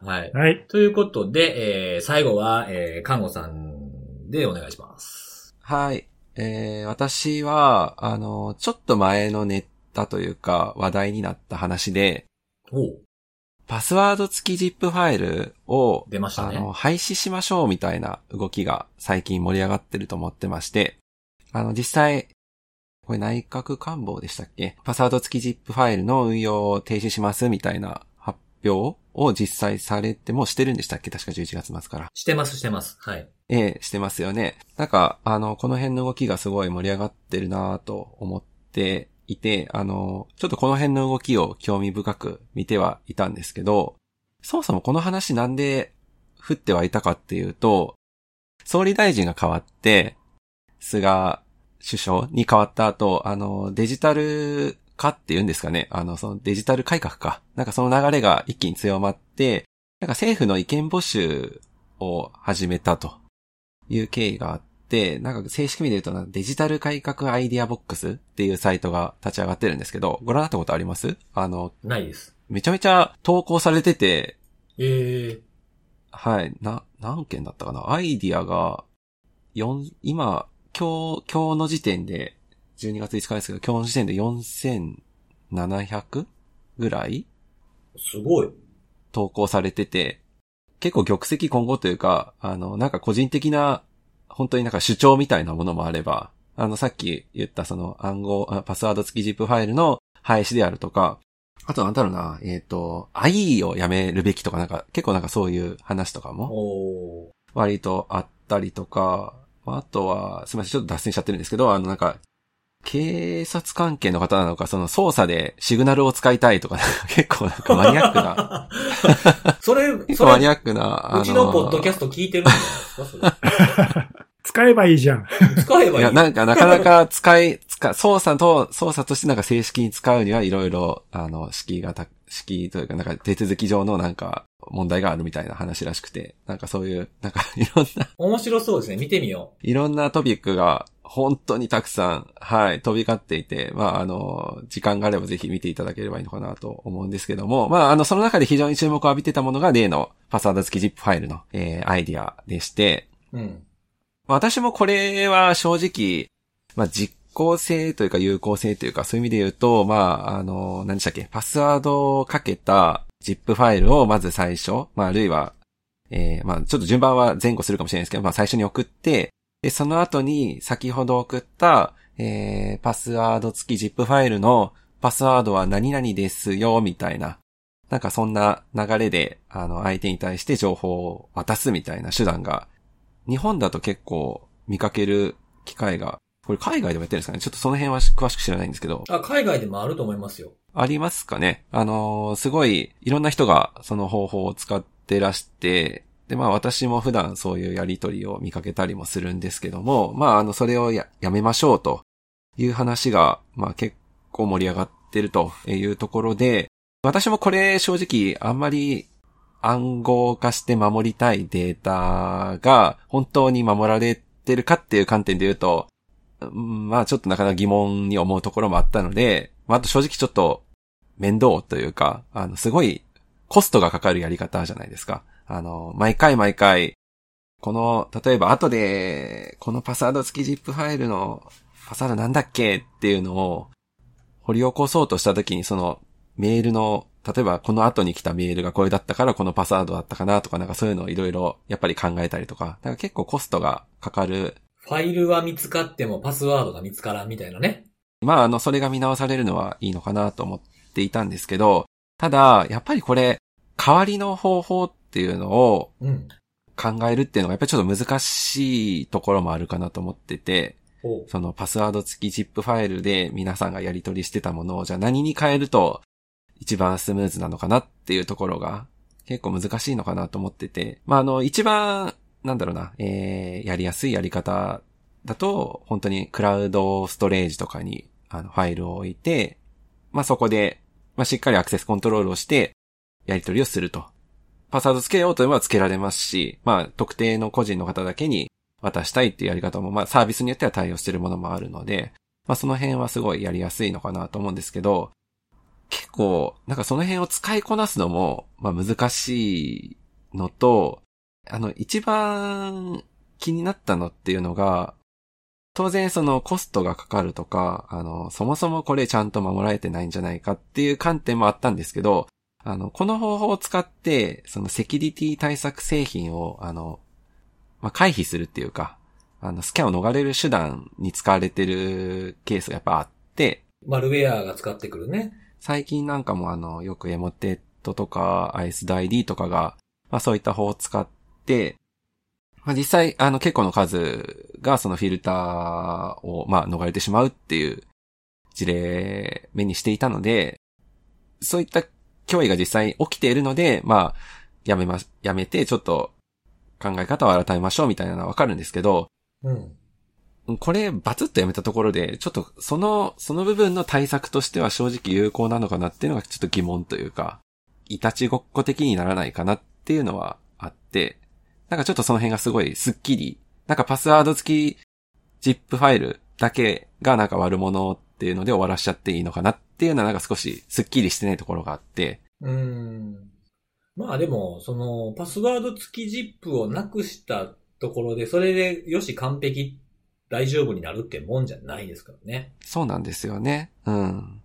はい。はい。ということで、えー最後は、えー看護さんでお願いします。はい。えー、私は、あの、ちょっと前のネタというか、話題になった話で、おうパスワード付き ZIP ファイルを、出ましたあね。の、廃止しましょうみたいな動きが最近盛り上がってると思ってまして、あの、実際、これ内閣官房でしたっけパスワード付き ZIP ファイルの運用を停止しますみたいな発表を実際されて、もうしてるんでしたっけ確か11月末から。してます、してます。はい。ええ、してますよね。なんか、あの、この辺の動きがすごい盛り上がってるなぁと思っていて、あの、ちょっとこの辺の動きを興味深く見てはいたんですけど、そもそもこの話なんで降ってはいたかっていうと、総理大臣が変わって、菅首相に変わった後、あの、デジタル化っていうんですかね、あの、そのデジタル改革か。なんかその流れが一気に強まって、なんか政府の意見募集を始めたという経緯があって、なんか正式名で言うとなデジタル改革アイディアボックスっていうサイトが立ち上がってるんですけど、ご覧になったことありますあの、ないです。めちゃめちゃ投稿されてて、ええはい、な、何件だったかなアイディアが、四今、今日、今日の時点で、12月5日ですけど、今日の時点で4700ぐらいすごい。投稿されてて、結構玉石混合というか、あの、なんか個人的な、本当になんか主張みたいなものもあれば、あの、さっき言ったその暗号、あパスワード付き ZIP ファイルの廃止であるとか、あとなんだろうな、えっ、と、愛をやめるべきとかなんか、結構なんかそういう話とかも、おー割とあったりとか、まああとは、すみません、ちょっと脱線しちゃってるんですけど、あの、なんか、警察関係の方なのか、その捜査でシグナルを使いたいとか、 なんか結構なんかマニアックな、な。 それ、結そ構マニれ、アックな、うちのポッドキャススト聞いてるんじゃないですか使えばいいじゃん。それ。使えばいいい。や、なんか、なかなか使い、使、操作と、操作としてなんか正式に使うにはいろいろ、あの、敷居がた、敷居というか、なんか手続き上のなんか、問題があるみたいな話らしくて、なんかそういう、なんか いろんな、面白そうですね。見てみよいろんなトピックが本当にたくさん、はい、飛び交っていて、まあ、あの、時間があればぜひ見ていただければいいのかなと思うんですけども、まあ、あの、その中で非常に注目を浴びてたものが例のパスワード付き ZIP ファイルの、えーアイディアでして、う。うん。まあ私もこれは正直、まあ、実効性というか有効性というか、そういう意味で言うと、まあ、あの、何でしたっけ、パスワードをかけた ZIP ファイルをまず最初、まあ、あるいは、えーまあ、ちょっと順番は前後するかもしれないですけど、まあ、最初に送って、で、その後に先ほど送った、えーパスワード付き ZIP ファイルのパスワードは何々ですよ、みたいな。なんかそんな流れで、あの、相手に対して情報を渡すみたいな手段が日本だと結構見かける機会が、これ海外でもやってるんですかねちょっとその辺は詳しく知らないんですけど、あ、海外でもあると思いますよ。ありますかねあのーすごい、いろんな人がその方法を使ってらして、で、まあ私も普段そういうやりとりを見かけたりもするんですけども、まああの、それをややめましょうという話が、まあ結構盛り上がってるというところで、私もこれ正直あんまり暗号化して守りたいデータが本当に守られてるかっていう観点で言うと、うんまあちょっとなかなか疑問に思うところもあったので、まああと正直ちょっと面倒というか、あの、すごいコストがかかるやり方じゃないですか。あの、毎回毎回、この、例えば後で、このパスワード付き ZIP ファイルのパスワードなんだっけっていうのを掘り起こそうとした時にそのメールの、例えばこの後に来たメールがこれだったからこのパスワードだったかなとかなんかそういうのをいろいろやっぱり考えたりとか、なんか結構コストがかかるファイルは見つかってもパスワードが見つからんみたいなね。まあ、あの、それが見直されるのはいいのかなと思っていたんですけど、ただ、やっぱりこれ、代わりの方法っていうのをうん。考えるっていうのが、やっぱりちょっと難しいところもあるかなと思ってて、おうそのパスワード付き ZIP ファイルで皆さんがやり取りしてたものを、じゃあ何に変えると一番スムーズなのかなっていうところが結構難しいのかなと思ってて、まあ、あの、一番、なんだろうな、えー、やりやすいやり方だと、本当にクラウドストレージとかに、あの、ファイルを置いて、まあ、そこで、まあ、しっかりアクセスコントロールをして、やり取りをすると。パスワード付けようと思えば付けられますし、まあ、特定の個人の方だけに渡したいっていうやり方も、まあサービスによっては対応してるものもあるので、まあその辺はすごいやりやすいのかなと思うんですけど、結構、なんかその辺を使いこなすのも、まあ難しいのと、あの、一番気になったのっていうのが、当然そのコストがかかるとか、あの、そもそもこれちゃんと守られてないんじゃないかっていう観点もあったんですけど、あの、この方法を使って、そのセキュリティ対策製品を、あの、まあ、回避するっていうか、あの、スキャンを逃れる手段に使われてるケースがやっぱあって、マルウェアが使ってくるね。最近なんかもあの、よくエモテットとか、アイス ID とかが、まあそういった方を使って、まあ実際、あの結構の数がそのフィルターを、まあ逃れてしまうっていう事例、目にしていたので、そういった脅威が実際起きているので、まあ、やめま、やめて、ちょっと考え方を改めましょうみたいなのはわかるんですけど、うん。これ、バツッとやめたところで、ちょっと、その、その部分の対策としては正直有効なのかなっていうのがちょっと疑問というか、いたちごっこ的にならないかなっていうのはあって、なんかちょっとその辺がすごいスッキリ、なんかパスワード付き ZIP ファイルだけがなんか悪者っていうので終わらしちゃっていいのかなっていうのはなんか少しスッキリしてないところがあって、うん。まあでも、その、パスワード付き ZIP をなくしたところで、それで、よし、完璧、大丈夫になるってもんじゃないですからね。そうなんですよね。うん。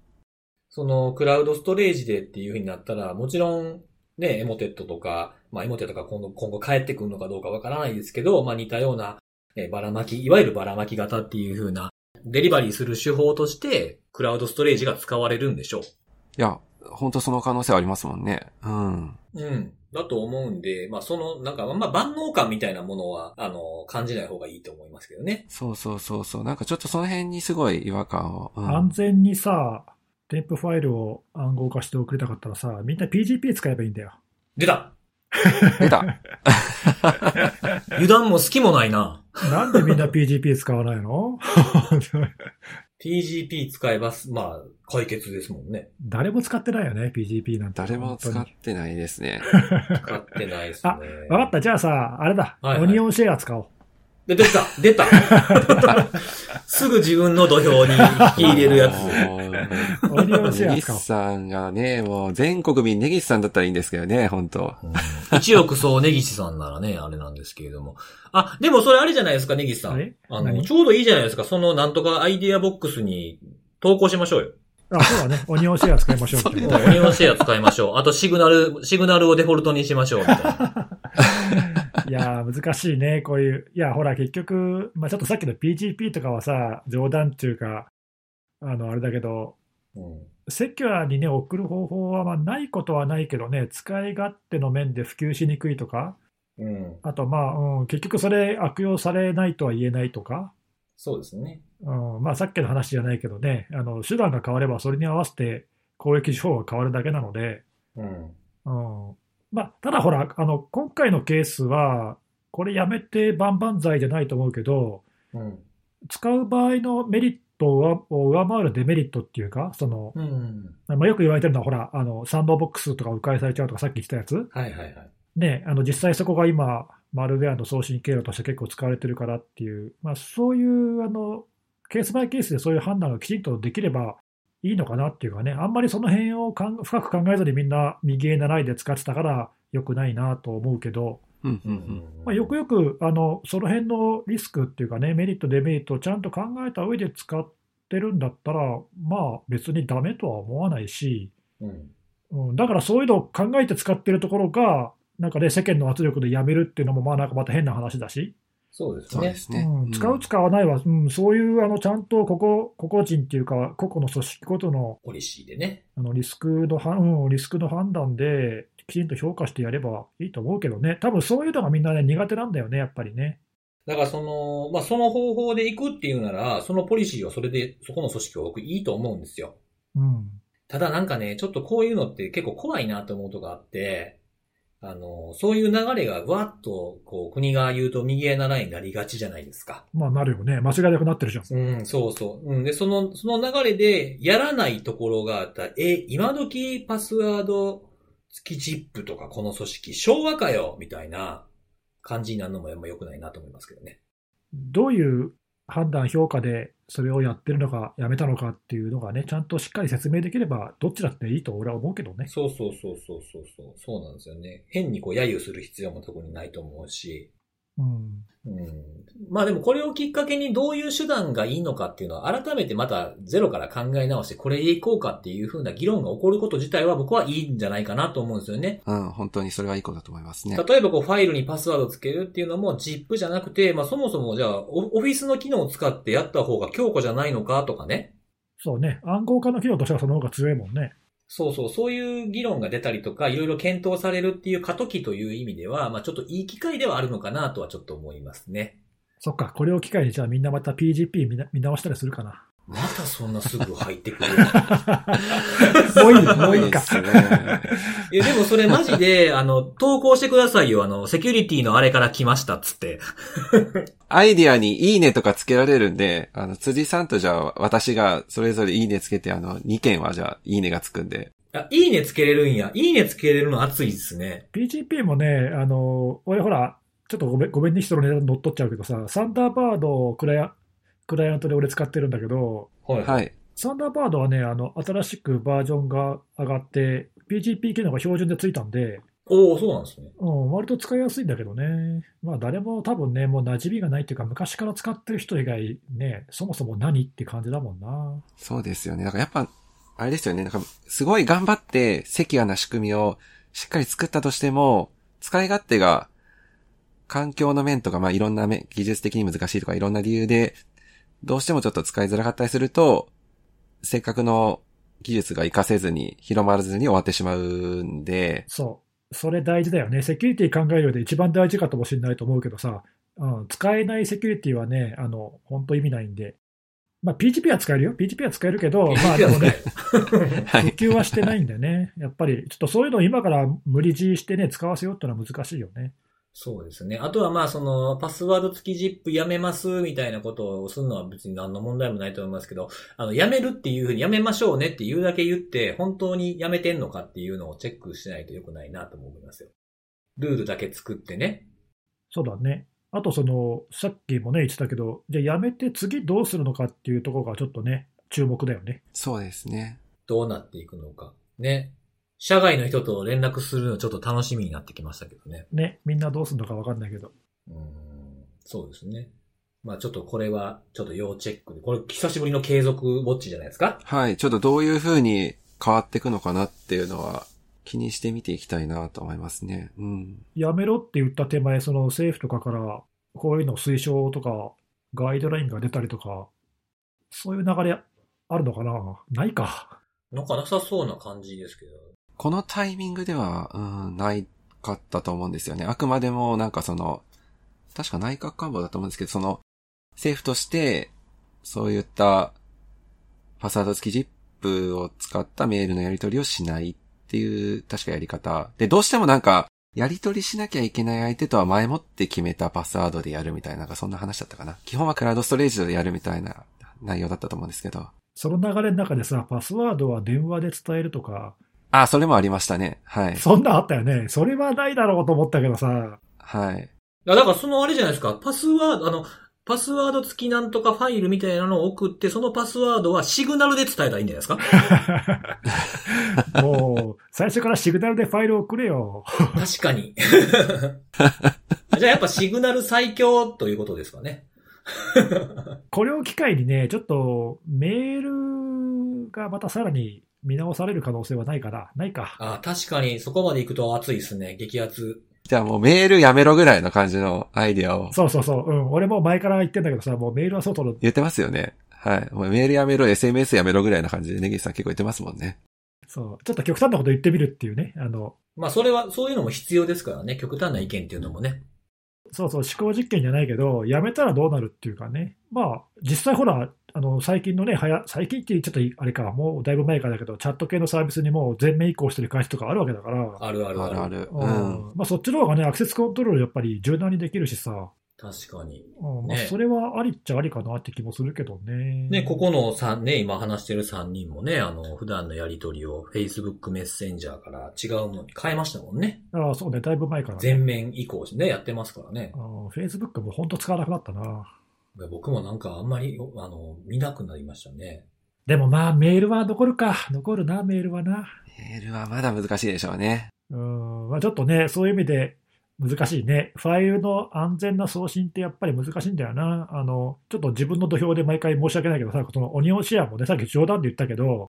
その、クラウドストレージでっていう風になったら、もちろん、ね、エモテットとか、まあエモテットが今後、今後帰ってくるのかどうかわからないですけど、まあ似たような、えーばらまき、いわゆるばらまき型っていう風な、デリバリーする手法として、クラウドストレージが使われるんでしょう。いや、本当その可能性ありますもんね。うん。うん。だと思うんで、まあ、その、なんか、まあ、万能感みたいなものは、あの、感じない方がいいと思いますけどね。そうそうそうそう。なんかちょっとその辺にすごい違和感を。うん安全にさ、添付ファイルを暗号化して送りたかったらさ、みんな PGP 使えばいいんだよ。出た出 た。油断も隙もないな。なんでみんな PGP 使わないの PGP 使えばす、まあ、解決ですもんね。誰も使ってないよね、PGP なんて。誰も使本っ当にてないですね。使ってないですね。わかった、じゃあさ、あれだ、はいはいオニオンシェア使おう。で、出た出 たすぐ自分の土俵に引き入れるやつ。もうオニオンシェネアギ使おスう。さんがね、もう全国民ネギスさんだったらいいんですけどね、本当うん一億総根岸さんならね、あれなんですけれども。あ、でもそれあれじゃないですか、根岸さあん。れあの、何ちょうどいいじゃないですか、そのなんとかアイディアボックスに投稿しましょうよ。あ、そうだね、オニオンシェア使いましょ うってもうオニオンシェア使いましょう。あとシグナル、シグナルをデフォルトにしましょう。みたいないやー、難しいね、こういう。いや、ほら、結局、まあ、ちょっとさっきの PGP とかはさ、冗談っていうか、あの、あれだけど、うんセキュアにね、送る方法は、まあ、ないことはないけどね、使い勝手の面で普及しにくいとか、うん。あと、まあ、うん、結局それ悪用されないとは言えないとか、そうですね。うん、まあ、さっきの話じゃないけどね、あの、手段が変われば、それに合わせて攻撃手法が変わるだけなので、うん。うん。まあ、ただほら、あの、今回のケースは、これやめて万々歳じゃないと思うけど、うん。使う場合のメリットを上回るデメリットっていうか、その、うん。まあ、よく言われてるのは、ほら、あの、サンドボックスとか迂回されちゃうとか、さっき言ってたやつ。はいはいはい。ね、あの、実際そこが今、マルウェアの送信経路として結構使われてるからっていう、まあ、そういう、あの、ケースバイケースでそういう判断がきちんとできればいいのかなっていうかね、あんまりその辺をかん深く考えずにみんな右へ習いで使ってたから良くないなと思うけど、うんううんんうんまあ、よくよくあのその辺のリスクっていうかね、メリット、デメリットをちゃんと考えた上で使ってるんだったら、まあ別にダメとは思わないし、うん。うん、だからそういうのを考えて使ってるところが、なんかね、世間の圧力でやめるっていうのも、まあなんかまた変な話だし、そうですそうねで。すね。うん、使う、ん使わないは、うん、そういうあのちゃんと個々個々人っていうか、個々の組織ごとのポリシーでね。あのリスクのは、うん、リスクの判断で、きちんと評価してやればいいと思うけどね、多分そういうのがみんなね、苦手なんだよね、やっぱりね。だからその、まあ、その方法で行くっていうなら、そのポリシーをそれで、そこの組織を置くいいと思うんですよ。うん。ただなんかね、ちょっとこういうのって結構怖いなと思うとがあって、あの、そういう流れがわっと、こう、国が言うと右へ習いになりがちじゃないですか。まあ、なるよね。間違いなくなってるじゃん。うん、そうそう。うん、で、その、その流れで、やらないところがあったらえ、今時パスワード付きチップとかこの組織、昭和かよみたいな感じになるのもあんま良くないなと思いますけどね。どういう判断、評価でそれをやってるのか、やめたのかっていうのがね、ちゃんとしっかり説明できれば、どっちだっていいと俺は思うけどね。そうそうそうそうそうそう。そうなんですよね。変にこう、揶揄する必要も特にないと思うし。うん。うんまあでもこれをきっかけにどういう手段がいいのかっていうのは改めてまたゼロから考え直してこれでいこうかっていう風な議論が起こること自体は僕はいいんじゃないかなと思うんですよね。うん、本当にそれはいいことだと思いますね。例えばこうファイルにパスワードつけるっていうのも ZIP じゃなくて、まあそもそもじゃあオオフィスの機能を使ってやった方が強固じゃないのかとかね。そうね。暗号化の機能としてはその方が強いもんね。そうそう、そういう議論が出たりとか、いろいろ検討されるっていう過渡期という意味では、まあちょっといい機会ではあるのかなとはちょっと思いますね。そっか。これを機会にじゃあみんなまた PGP 見な見直したりするか な。またそんなすぐ入ってくる。もういい、もういいか。すごですね。いや、でもそれマジで、あの、投稿してくださいよ。あの、セキュリティのあれから来ましたっつって。アイディアにいいねとかつけられるんで、あの、辻さんとじゃあ私がそれぞれいいねつけて、あの、2件はじゃあいいねがつくんで。あ、いいねつけれるんや。いいねつけれるの熱いですね。 PGP もね、あの、俺ほら、ちょっとごめん、ごめんね、人の値段乗っ取っちゃうけどさ、サンダーバードをクライアクライアントで俺使ってるんだけど、は。はいい。サンダーバードはね、あの、新しくバージョンが上がって、PGP 機能が標準でついたんで、おおそうなんですね。うん、割と使いやすいんだけどね。まあ誰も多分ね、もう馴染みがないっていうか、昔から使ってる人以外ね、そもそも何って感じだもんな。そうですよね。だからやっぱ、あれですよね。なんか、すごい頑張って、セキュアな仕組みをしっかり作ったとしても、使い勝手が、環境の面とか、まあ、いろんな面、技術的に難しいとか、いろんな理由で、どうしてもちょっと使いづらかったりすると、せっかくの技術が活かせずに、広まらずに終わってしまうんで、そう。それ大事だよね。セキュリティ考える上で一番大事かもしれないと思うけどさ、うん、使えないセキュリティはね、あの、本当意味ないんで。まあ PGP は使えるよ。PGP は使える けど、まあでもね、はい普。及はしてないんだよね。やっぱり、ちょっとそういうのを今から無理強いしてね、使わせようってのは難しいよね。そうですね。あとはまあ、その、パスワード付き ZIP やめますみたいなことをするのは別に何の問題もないと思いますけど、あの、やめるっていうふうにやめましょうねっていうだけ言って、本当にやめてんのかっていうのをチェックしないと良くないなとも思いますよ。ルールだけ作ってね。そうだね。あと、その、さっきもね、言ってたけど、じゃあやめて次どうするのかっていうところがちょっとね、注目だよね。そうですね。どうなっていくのか。ね。社外の人と連絡するのちょっと楽しみになってきましたけどね。ね、みんなどうするのか分かんないけど。うーん。そうですね。まあちょっとこれは、ちょっと要チェックで。これ久しぶりの継続ウォッチじゃないですかはい。ちょっとどういう風に変わっていくのかなっていうのは、気にして見ていきたいなと思いますね。うん。やめろって言った手前、その政府とかから、こういうの推奨とか、ガイドラインが出たりとか、そういう流れあるのかなないか。なんかなさそうな感じですけど。このタイミングでは、うん、ないかったと思うんですよね。あくまでも、なんかその、確か内閣官房だと思うんですけど、その、政府として、そういった、パスワード付き ZIP を使ったメールのやり取りをしないっていう、確かやり方。で、どうしてもなんか、やり取りしなきゃいけない相手とは前もって決めたパスワードでやるみたいな、なんかそんな話だったかな。基本はクラウドストレージでやるみたいな内容だったと思うんですけど。その流れの中でさ、パスワードは電話で伝えるとか、あ、それもありましたね。はい。そんなんあったよね。それはないだろうと思ったけどさ、はい。いや、だからそのあれじゃないですか、パスワード、あの、パスワード付きなんとかファイルみたいなのを送って、そのパスワードはシグナルで伝えたらいいんじゃないですかもう、最初からシグナルでファイルをくれよ。 確かに。 じゃあやっぱシグナル最強ということですかね。これを機会にね、ちょっとメールがまたさらに見直される可能性はないかな。ないか。ああ確かにそこまで行くと熱いですね、激熱。じゃあもうメールやめろぐらいの感じのアイディアをそうそうそう。うん。俺も前から言ってんだけどさ、もうメールは外の言ってますよね。はい。もうメールやめろ、SMS やめろぐらいの感じでネギさん結構言ってますもんね。そう。ちょっと極端なこと言ってみるっていうね。あの、まあそれは、そういうのも必要ですからね、極端な意見っていうのもね。そうそう、思考実験じゃないけど、やめたらどうなるっていうかね。まあ、実際ほら、あの、最近のね、はや、最近って言っちょっとあれか、もうだいぶ前からだけど、チャット系のサービスにもう全面移行してる会社とかあるわけだから、あるあるあある。るある。ううん。ん。まあ、そっちの方がね、アクセスコントロールやっぱり柔軟にできるしさ、確かに。うんまねあ、それはありっちゃありかなって気もするけどね。ね、ここの3ね、今話してる3人もね、あの、普段のやりとりを Facebook メッセンジャーから違うものに変えましたもんね。ああ、そうね、だいぶ前から、ね。全面移行してね、やってますからねあ。の Facebook も本当使わなくなったな。僕もなんかあんまり、あの、見なくなりましたね。でもまあ、メールは残るか。残るな、メールはな。メールはまだ難しいでしょうね。うん、まあ、ちょっとね、そういう意味で、難しいね。ファイルの安全な送信ってやっぱり難しいんだよな。あの、ちょっと自分の土俵で毎回申し訳ないけどさ、そのオニオンシェアもね、さっき冗談で言ったけど、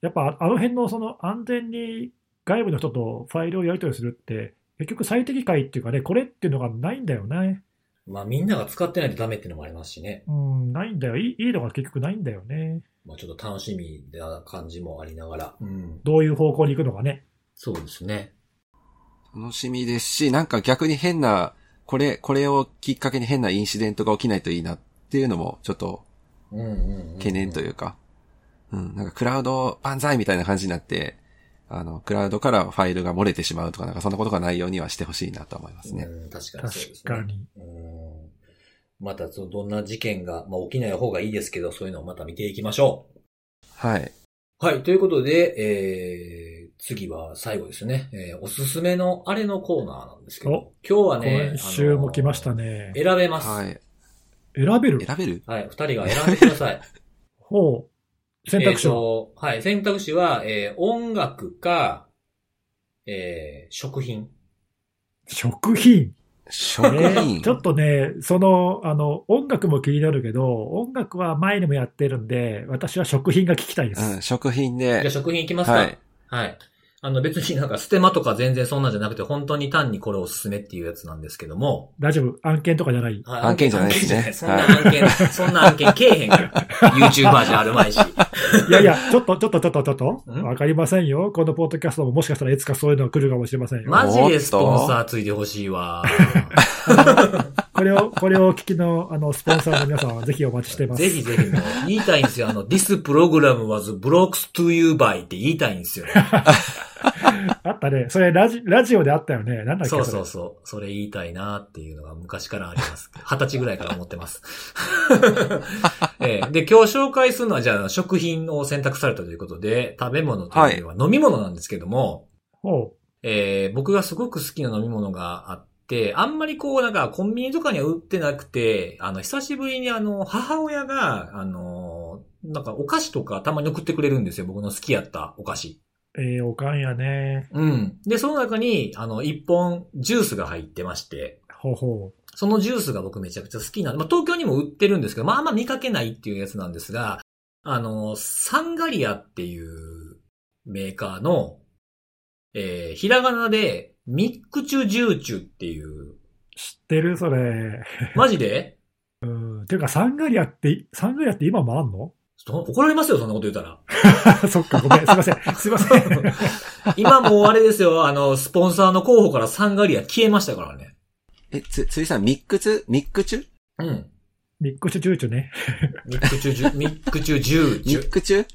やっぱあの辺のその安全に外部の人とファイルをやり取りするって、結局最適解っていうかね、これっていうのがないんだよね。まあみんなが使ってないとダメっていうのもありますしね。うん、ないんだよ。いいいいのが結局ないんだよね。まあちょっと楽しみな感じもありながら。うん。どういう方向に行くのかね。そうですね。楽しみですし、なんか逆に変な、これ、これをきっかけに変なインシデントが起きないといいなっていうのも、ちょっとうんうん、うん。懸念とう。いうか、うん、なんかクラウド万歳みたいな感じになって、あの、クラウドからファイルが漏れてしまうとか、なんかそんなことがないようにはしてほしいなと思いますね。うん、確かに確そうですね。かに。うん。また、そのどんな事件が、まあ起きない方がいいですけど、そういうのをまた見ていきましょはい。う。はい、ということで、えー、次は最後ですね。えー、おすすめのあれのコーナーなんですけどお、今日はね、今週も来ましたね。ね。選べます。は、はいい。選べる選べ る二、人が選んでくださ い。方、選択肢えーは、とはい、選択肢は、えー、音楽か、えー、食品。食品。職員ち。ょっとね、その、あの、音楽も気になるけど、音楽は前にもやってるんで、私は食品が聞きたいでうす。ん、食品じゃあで。食品いきますか。ははいい。。あの別になんかステマとか全然そんなんじゃなくて、本当に単にこれおすすめっていうやつなんですけども。大丈夫案件とかじゃない。はい案件じゃないですねそんな案件、そんな案件けえへんから。YouTuber じゃあるま いし。いやいや、 ちょっと、ちょっと、ちょっと、ちょっと、んわかりませんよ。このポッドキャストももしかしたらいつかそういうのが来るかもしれませんよ。マジでスポンサーついてほしいわ。これを、こ れをお聞きの、あの、スポンサーの皆さんはぜひお待ちしています。ぜひぜひもう言いたいんですよ。あの、this program was blocks to you by って言いたいんですよ。あったね。それラジ、ラジオであったよね。なんだっけそうそうそそう。それ言いたいなっていうのが昔からあり ます。二十歳ぐらいから思ってます。 ええで、今日紹介するのは、じゃあ、食品を選択されたということで、食べ物というよりは飲み物なんですけども、れほえー僕がすごく好きな飲み物があって、あんまりこう、なんかコンビニとかには売ってなくて、あの、久しぶりにあの、母親が、あの、なんかお菓子とかたまに送ってくれるんですよ。僕の好きやったお菓子。う。えー、おかんやね。うん。で、その中に、あの、一本ジュースが入ってまして、ほうほう。そのジュースが僕めちゃくちゃ好きなんで、まあ、東京にも売ってるんですけど、まああんま見かけないっていうやつなんですが、あの、サンガリアっていうメーカーの、えー、ひらがなで、ミックチュジューチュっていう、知ってるそれ。マジでうん。ていうか、サンガリアって、サンガリアって今もあんの そ怒られますよ、そんなこと言ったら。そっか、ごめん。すいません。すいません。 今もうあれですよ、あの、スポンサーの候補からサンガリア消えましたからね。え、つ、つりさん、ミックスミックチュうん。ミックチュチューチュね。ミックチュ ジュ、ミックチュジューチミュッ。クチュ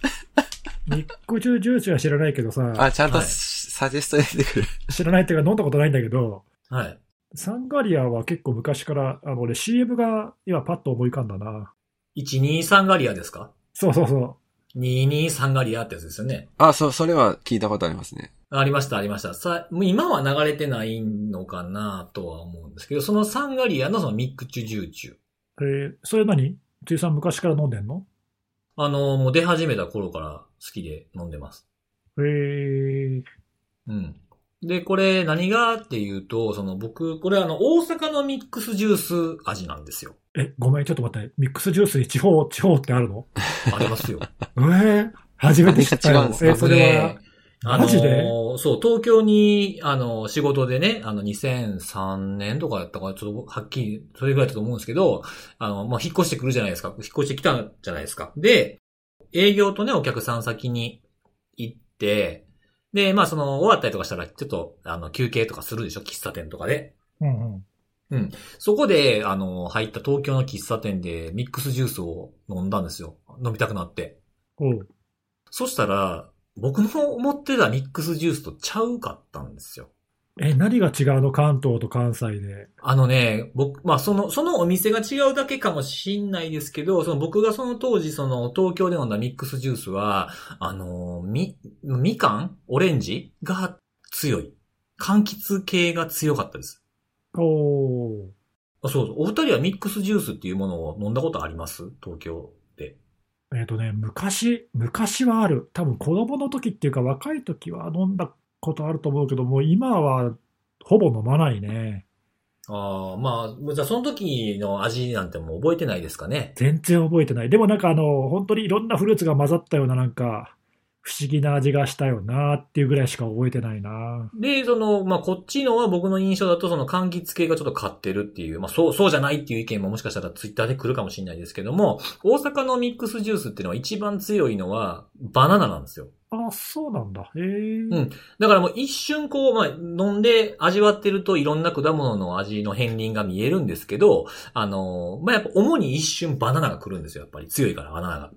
ミックチュチューチュは知らないけどさ、あ、ちゃんとはいサジェスト出てくる。知らないっていうか飲んだことないんだけど、はい。サンガリアは結構昔から、あの、俺 CM が今パッと思い浮かんだな。 12サンガリアですかそうそうそ ?22 サンガリアってやつですよね。あ、そう、それは聞いたことありますね。ありました、ありました。さ、もう今は流れてないのかなとは思うんですけど、そのサンガリアのそのミックチュジューチュ。う。えー、それ何つゆさん昔から飲んでんのあの、もう出始めた頃から好きで飲んでます。えー、うん。で、これ何がっていうと、その僕、これあの、大阪のミックスジュース味なんですよ。え、ごめん、ちょっと待って。ミックスジュースに地方、地方ってあるのありますよ。えー、初めて知ったよ。違うんですかえーそれはで、あのマジでそう、東京に、あの、仕事でね、あの、2003年とかだったから、ちょっと、はっきり、それぐらいだったと思うんですけど、あの、まあ、引っ越してくるじゃないですか。引っ越してきたじゃないですか。で、営業とね、お客さん先に行って、で、まあ、その、終わったりとかしたら、ちょっと、あの、休憩とかするでしょ喫茶店とかで。うんうん。そこで、あの、入った東京の喫茶店で、ミックスジュースを飲んだんですよ。飲みたくなって。おうそしたら、僕の思ってたミックスジュースとちゃうかったんですよ。え、何が違うの関東と関西で。あのね、僕、まあ、その、そのお店が違うだけかもしんないですけど、その僕がその当時、その東京で飲んだミックスジュースは、あの、み、みかんオレンジが強い。柑橘系が強かったです。おー。あそうそう。お二人はミックスジュースっていうものを飲んだことあります東京で。えっ、とね、昔、昔はある。多分子供の時っていうか若い時は飲んだことあると思うけど、もう今はほぼ飲まないね。ああ、まあ、じゃあその時の味なんてもう覚えてないですかね。全然覚えてない。でもなんかあの、本当にいろんなフルーツが混ざったようななんか、不思議な味がしたよなっていうぐらいしか覚えてないなで、その、まあ、こっちのは僕の印象だとその柑橘系がちょっと買ってるっていう、まあ、そう、そうじゃないっていう意見ももしかしたらツイッターで来るかもしれないですけども、大阪のミックスジュースっていうのは一番強いのはバナナなんですよ。あ、そうなんだ。へえ。んだからもう一瞬こう、まあ、飲んで味わってるといろんな果物の味の片鱗が見えるんですけど、あのーまあ、やっぱ主に一瞬バナナが来るんですよ、やっぱり。強いから、バナナが。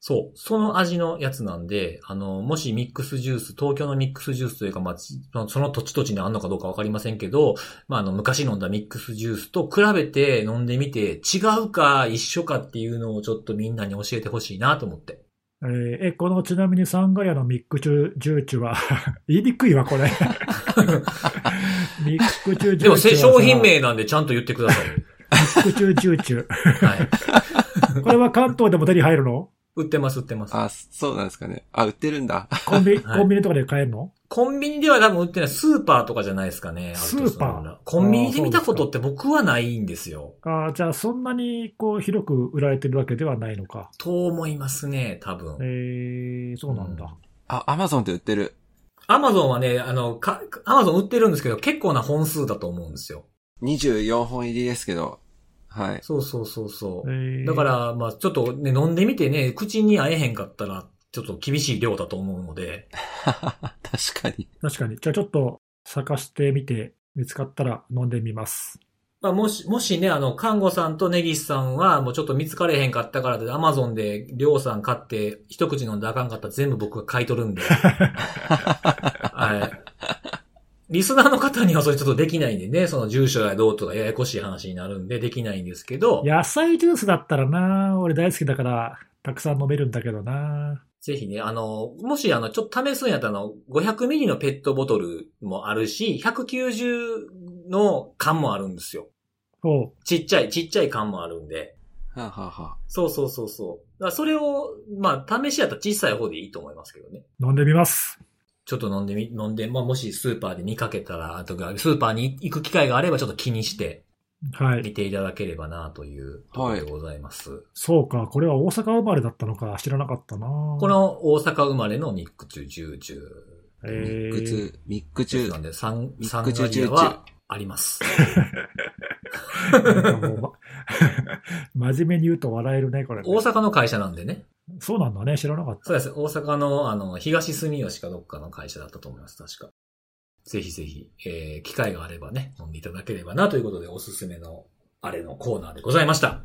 そう。その味のやつなんで、あのーもしミックスジュース、東京のミックスジュースというか、まあ、ちその土地土地にあんのかどうかわかりませんけど、まあ、あの、昔飲んだミックスジュースと比べて飲んでみて、違うか一緒かっていうのをちょっとみんなに教えてほしいなと思って。えーえ、このちなみにサンガリアのミックチュジューチュは、 言いにくい わ、これ。ミックチュジューチュでも、せはさ商品。名なんでちゃんと言ってくださ ミックチュジューチュ。い。はい。これは関東でも手に入るの売ってます、売ってます。あ、そうなんですかね。あ、売ってるんだ。コンビ、はいコンビニとかで買えるのコンビニでは多分売ってない。スーパーとかじゃないですかね。スーパーアウトソンはコンビニで見たことって僕はないんですよ。あーじゃあそんなにこう広く売られてるわけではないのか。と思いますね、多分。えー、そうなんだ。あ、アマゾンで売ってる。アマゾンはね、あの、か、アマゾン売ってるんですけど、結構な本数だと思うんですよ。 24本入りですけど。はい。 そうそうそうそう。えーだか、ら、まあちょっとね、飲んでみてね、口に合えへんかったら、ちょっと厳しい量だと思うので、確かに。確かに。じゃあちょっと探してみて、見つかったら飲んでみます。まあ、もし、もしね、あの、看護さんとネギスさんは、もうちょっと見つかれへんかったからで、アマゾンで、りょうさん買って、一口飲んであかんかったら全部僕が買い取るんで。はい。リスナーの方にはそれちょっとできないんでね、その住所やどうとかややこしい話になるんでできないんですけど、野菜ジュースだったらな、俺大好きだから、たくさん飲めるんだけどな。ぜひね、あの、もしあの、ちょっと試すんやったら、あの、500ミリのペットボトルもあるし、190の缶もあるんですよ。そう。ちっちゃい、ちっちゃい缶もあるんで。はあ、はあはあ、そうそうそうそう。だからそれを、まあ、試しやったら小さい方でいいと思いますけどね。飲んでみます。ちょっと飲んでみ、飲んで、まあ、もしスーパーで見かけたら、とか、スーパーに行く機会があればちょっと気にしてはい。見ていただければなというところでございます。そうか、これは大阪生まれだったのか、知らなかったな。ここ、の大阪生まれのニックチュジューチュえミックー、ツ、ミックチジューュなんで、サン、ミサッンクチュガーチリューアはあります。なんかもうま 真面目に言うと笑えるね、これね、大阪の会社なんでね。そうなんだね、知らなかっそうです。大阪の、あの、東住吉かどっかの会社だったと思います、確か。ぜひぜひ、えー、機会があればね、飲んでいただければな、ということで、おすすめの、あれのコーナーでございました。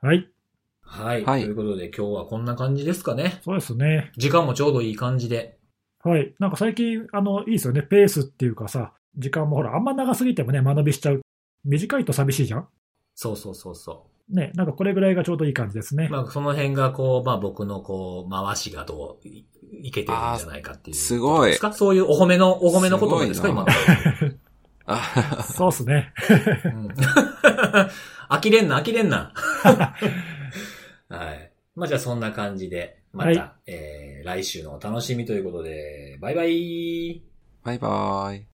た。はい。はい。はいということで、今日はこんな感じですかね。そうですね。時間もちょうどいい感じで。はい。なんか最近、あの、いいですよね。ペースっていうかさ、時間もほら、あんま長すぎてもね、間延びしちゃう。短いと寂しいじゃんそうそうそうそね、なんかこれぐらいがちょうどいい感じですね。う。まあ、その辺が、こう、まあ、僕の、こう、回しがどうい、いけてるんじゃないかっていう。あーすごいですかそういうお褒めの、お褒めの言葉ですかすご今いの。あそうっすね。うん 飽きれんな、飽きれん な。はい。まあ、じゃあそんな感じで、また、はいえー、来週のお楽しみということで、バイバイ。バイバーイ。